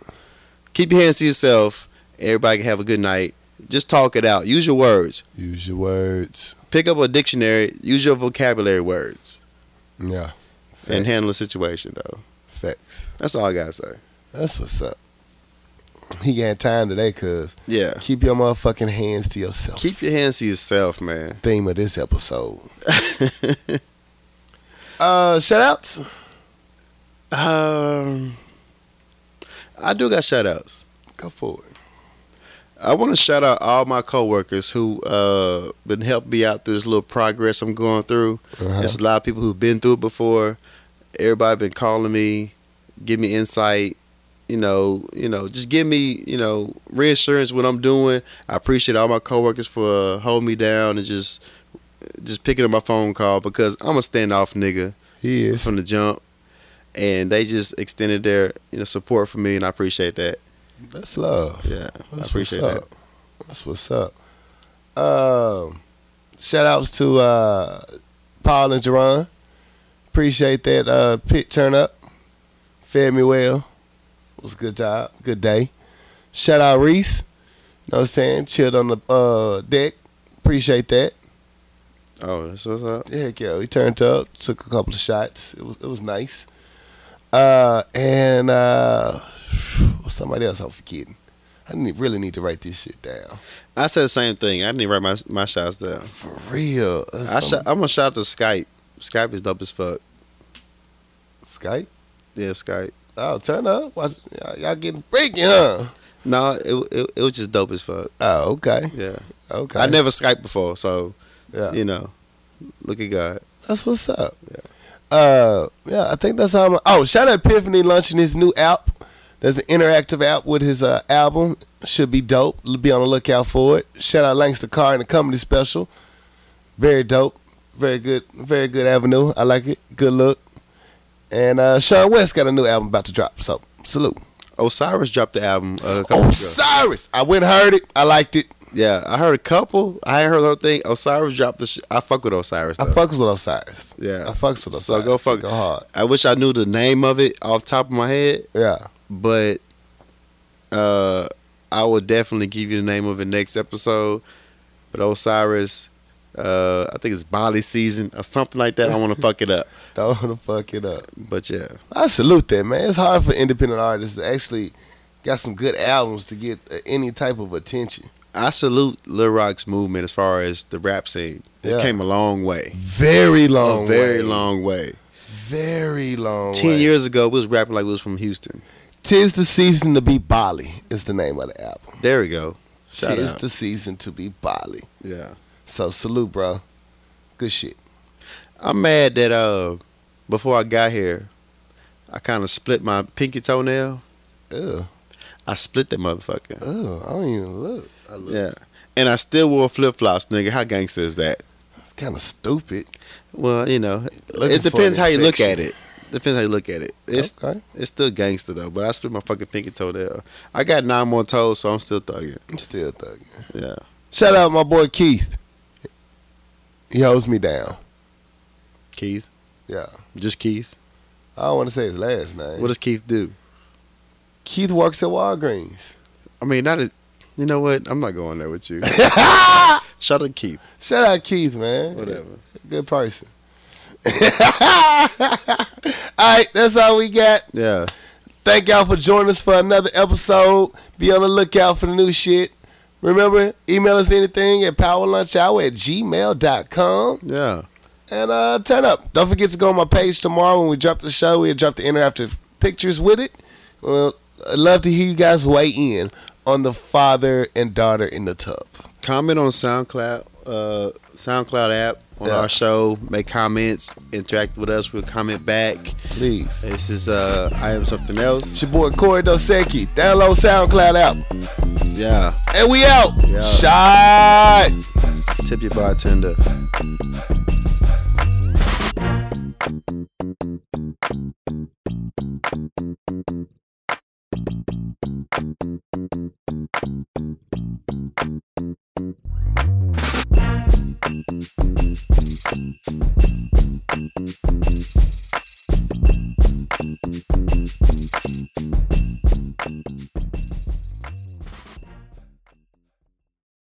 [SPEAKER 2] keep your hands to yourself. Everybody can have a good night. Just talk it out. Use your words.
[SPEAKER 1] Use your words.
[SPEAKER 2] Pick up a dictionary. Use your vocabulary words
[SPEAKER 1] Yeah.
[SPEAKER 2] and handle the situation, though.
[SPEAKER 1] Facts.
[SPEAKER 2] That's all I got to say.
[SPEAKER 1] That's what's up. He ain't time today, cuz.
[SPEAKER 2] Yeah.
[SPEAKER 1] Keep your motherfucking hands to yourself.
[SPEAKER 2] Keep your hands to yourself, man.
[SPEAKER 1] Theme of this episode. Uh, shout outs.
[SPEAKER 2] um, I do got shout outs.
[SPEAKER 1] Go for it.
[SPEAKER 2] I want to shout out all my coworkers who uh been helping me out through this little progress I'm going through.
[SPEAKER 1] Uh-huh.
[SPEAKER 2] There's a lot of people who've been through it before. Everybody been calling me, give me insight, you know, you know, just give me, you know, reassurance what I'm doing. I appreciate all my coworkers for uh, holding me down and just just picking up my phone call because I'm a standoff nigga
[SPEAKER 1] He is.
[SPEAKER 2] from the jump. And they just extended their, you know, support for me and I appreciate that.
[SPEAKER 1] That's love.
[SPEAKER 2] Yeah. I
[SPEAKER 1] That's what's
[SPEAKER 2] appreciate that.
[SPEAKER 1] up. That's what's up. Um, shout outs to uh, Paul and Jerron. Appreciate that uh, pit turn up. Fed me well. It was a good job. Good day. Shout out Reese. Know what I'm saying? Chilled on the uh, deck. Appreciate that.
[SPEAKER 2] Oh, that's what's up.
[SPEAKER 1] Heck yeah, we turned up, took a couple of shots. It was it was nice. Uh, and uh, somebody else I'm forgetting. I need, really need to write this shit down.
[SPEAKER 2] I said the same thing. I didn't write my my shots down.
[SPEAKER 1] For real. That's
[SPEAKER 2] I
[SPEAKER 1] some-
[SPEAKER 2] shot, I'm gonna shout out to Skype. Skype is dope as fuck.
[SPEAKER 1] Skype?
[SPEAKER 2] Yeah, Skype.
[SPEAKER 1] Oh, turn up. Watch, y'all, y'all getting freaky, huh?
[SPEAKER 2] No, it, it it was just dope as fuck.
[SPEAKER 1] Oh, okay.
[SPEAKER 2] Yeah,
[SPEAKER 1] Okay.
[SPEAKER 2] I never Skyped before, so
[SPEAKER 1] Yeah.
[SPEAKER 2] you know, look at God.
[SPEAKER 1] That's what's up. Uh, yeah, I think that's how I'm. Oh, shout out Epiphany launching his new app. There's an interactive app with his uh, album. Should be dope. Be on the lookout for it. Shout out Langston Carr and the comedy special. Very dope. Very good. Very good avenue. I like it. Good look. And uh, Sean West got a new album about to drop. So salute.
[SPEAKER 2] Osiris dropped the album. Uh, a couple
[SPEAKER 1] Oh,
[SPEAKER 2] ago.
[SPEAKER 1] Osiris. I went and heard it. I liked it.
[SPEAKER 2] yeah, I heard a couple. I ain't heard the whole thing. Osiris dropped the. Sh- I fuck with Osiris.
[SPEAKER 1] I
[SPEAKER 2] Though. I,
[SPEAKER 1] fucks with Osiris.
[SPEAKER 2] Yeah.
[SPEAKER 1] I fucks with Osiris.
[SPEAKER 2] So go fuck-
[SPEAKER 1] Go hard.
[SPEAKER 2] wish I knew the name of it off the top of my head,
[SPEAKER 1] Yeah.
[SPEAKER 2] but uh, I will definitely give you the name of it next episode. But Osiris, uh, I think it's Bali season or something like that. I want to fuck it up,
[SPEAKER 1] Don't wanna fuck it up.
[SPEAKER 2] but yeah,
[SPEAKER 1] I salute that man. It's hard for independent artists to actually got some good albums to get uh, any type of attention.
[SPEAKER 2] I salute Lil Rock's movement as far as the rap scene. It
[SPEAKER 1] Yeah.
[SPEAKER 2] came a long way,
[SPEAKER 1] Very long,
[SPEAKER 2] a very
[SPEAKER 1] way.
[SPEAKER 2] long way.
[SPEAKER 1] very long.
[SPEAKER 2] Ten
[SPEAKER 1] way.
[SPEAKER 2] years ago, we was rapping like we was from Houston.
[SPEAKER 1] Tis the season to be Bali is the name of the album.
[SPEAKER 2] There we go. Shout
[SPEAKER 1] Tis
[SPEAKER 2] out.
[SPEAKER 1] the season to be Bali.
[SPEAKER 2] yeah,
[SPEAKER 1] So salute, bro. Good shit.
[SPEAKER 2] I'm mad that uh, before I got here, I kind of split my pinky toenail.
[SPEAKER 1] Ew.
[SPEAKER 2] I split that motherfucker.
[SPEAKER 1] Oh, I don't even look. I look.
[SPEAKER 2] Yeah. And I still wore flip flops, nigga. How gangster is that?
[SPEAKER 1] It's kind of stupid.
[SPEAKER 2] Well, you know,
[SPEAKER 1] Looking
[SPEAKER 2] it
[SPEAKER 1] for
[SPEAKER 2] depends
[SPEAKER 1] an
[SPEAKER 2] how you look at
[SPEAKER 1] infection.
[SPEAKER 2] it. Depends how you look at it. It's
[SPEAKER 1] okay.
[SPEAKER 2] it's still gangster though, but I split my fucking pinky toenail. I got nine more toes, so I'm still thugging.
[SPEAKER 1] I'm still thugging.
[SPEAKER 2] Yeah.
[SPEAKER 1] Shout out my boy Keith. He holds me down.
[SPEAKER 2] Keith,
[SPEAKER 1] Yeah.
[SPEAKER 2] just Keith.
[SPEAKER 1] I don't want to say his last name.
[SPEAKER 2] What does Keith do?
[SPEAKER 1] Keith works at Walgreens.
[SPEAKER 2] I mean, not a, you know what? I'm not going there with you. Shout out Keith.
[SPEAKER 1] Shout out Keith, man.
[SPEAKER 2] Whatever.
[SPEAKER 1] Good person. All right, that's all we got.
[SPEAKER 2] Yeah.
[SPEAKER 1] Thank y'all for joining us for another episode. Be on the lookout for the new shit. Remember, email us anything at powerlunchhour at gmail.com.
[SPEAKER 2] Yeah.
[SPEAKER 1] And uh, turn up. Don't forget to go on my page tomorrow when we drop the show. We'll drop the interactive pictures with it. Well, I'd love to hear you guys weigh in on the father and daughter in the tub.
[SPEAKER 2] Comment on SoundCloud, uh, SoundCloud app on
[SPEAKER 1] Yeah.
[SPEAKER 2] our show. Make comments. Interact with us. We'll comment back.
[SPEAKER 1] Please.
[SPEAKER 2] This is uh, I am something else.
[SPEAKER 1] It's your boy Corey Dosecki. Download SoundCloud out.
[SPEAKER 2] Yeah.
[SPEAKER 1] And we out.
[SPEAKER 2] Yeah.
[SPEAKER 1] Shot.
[SPEAKER 2] Tip your bartender.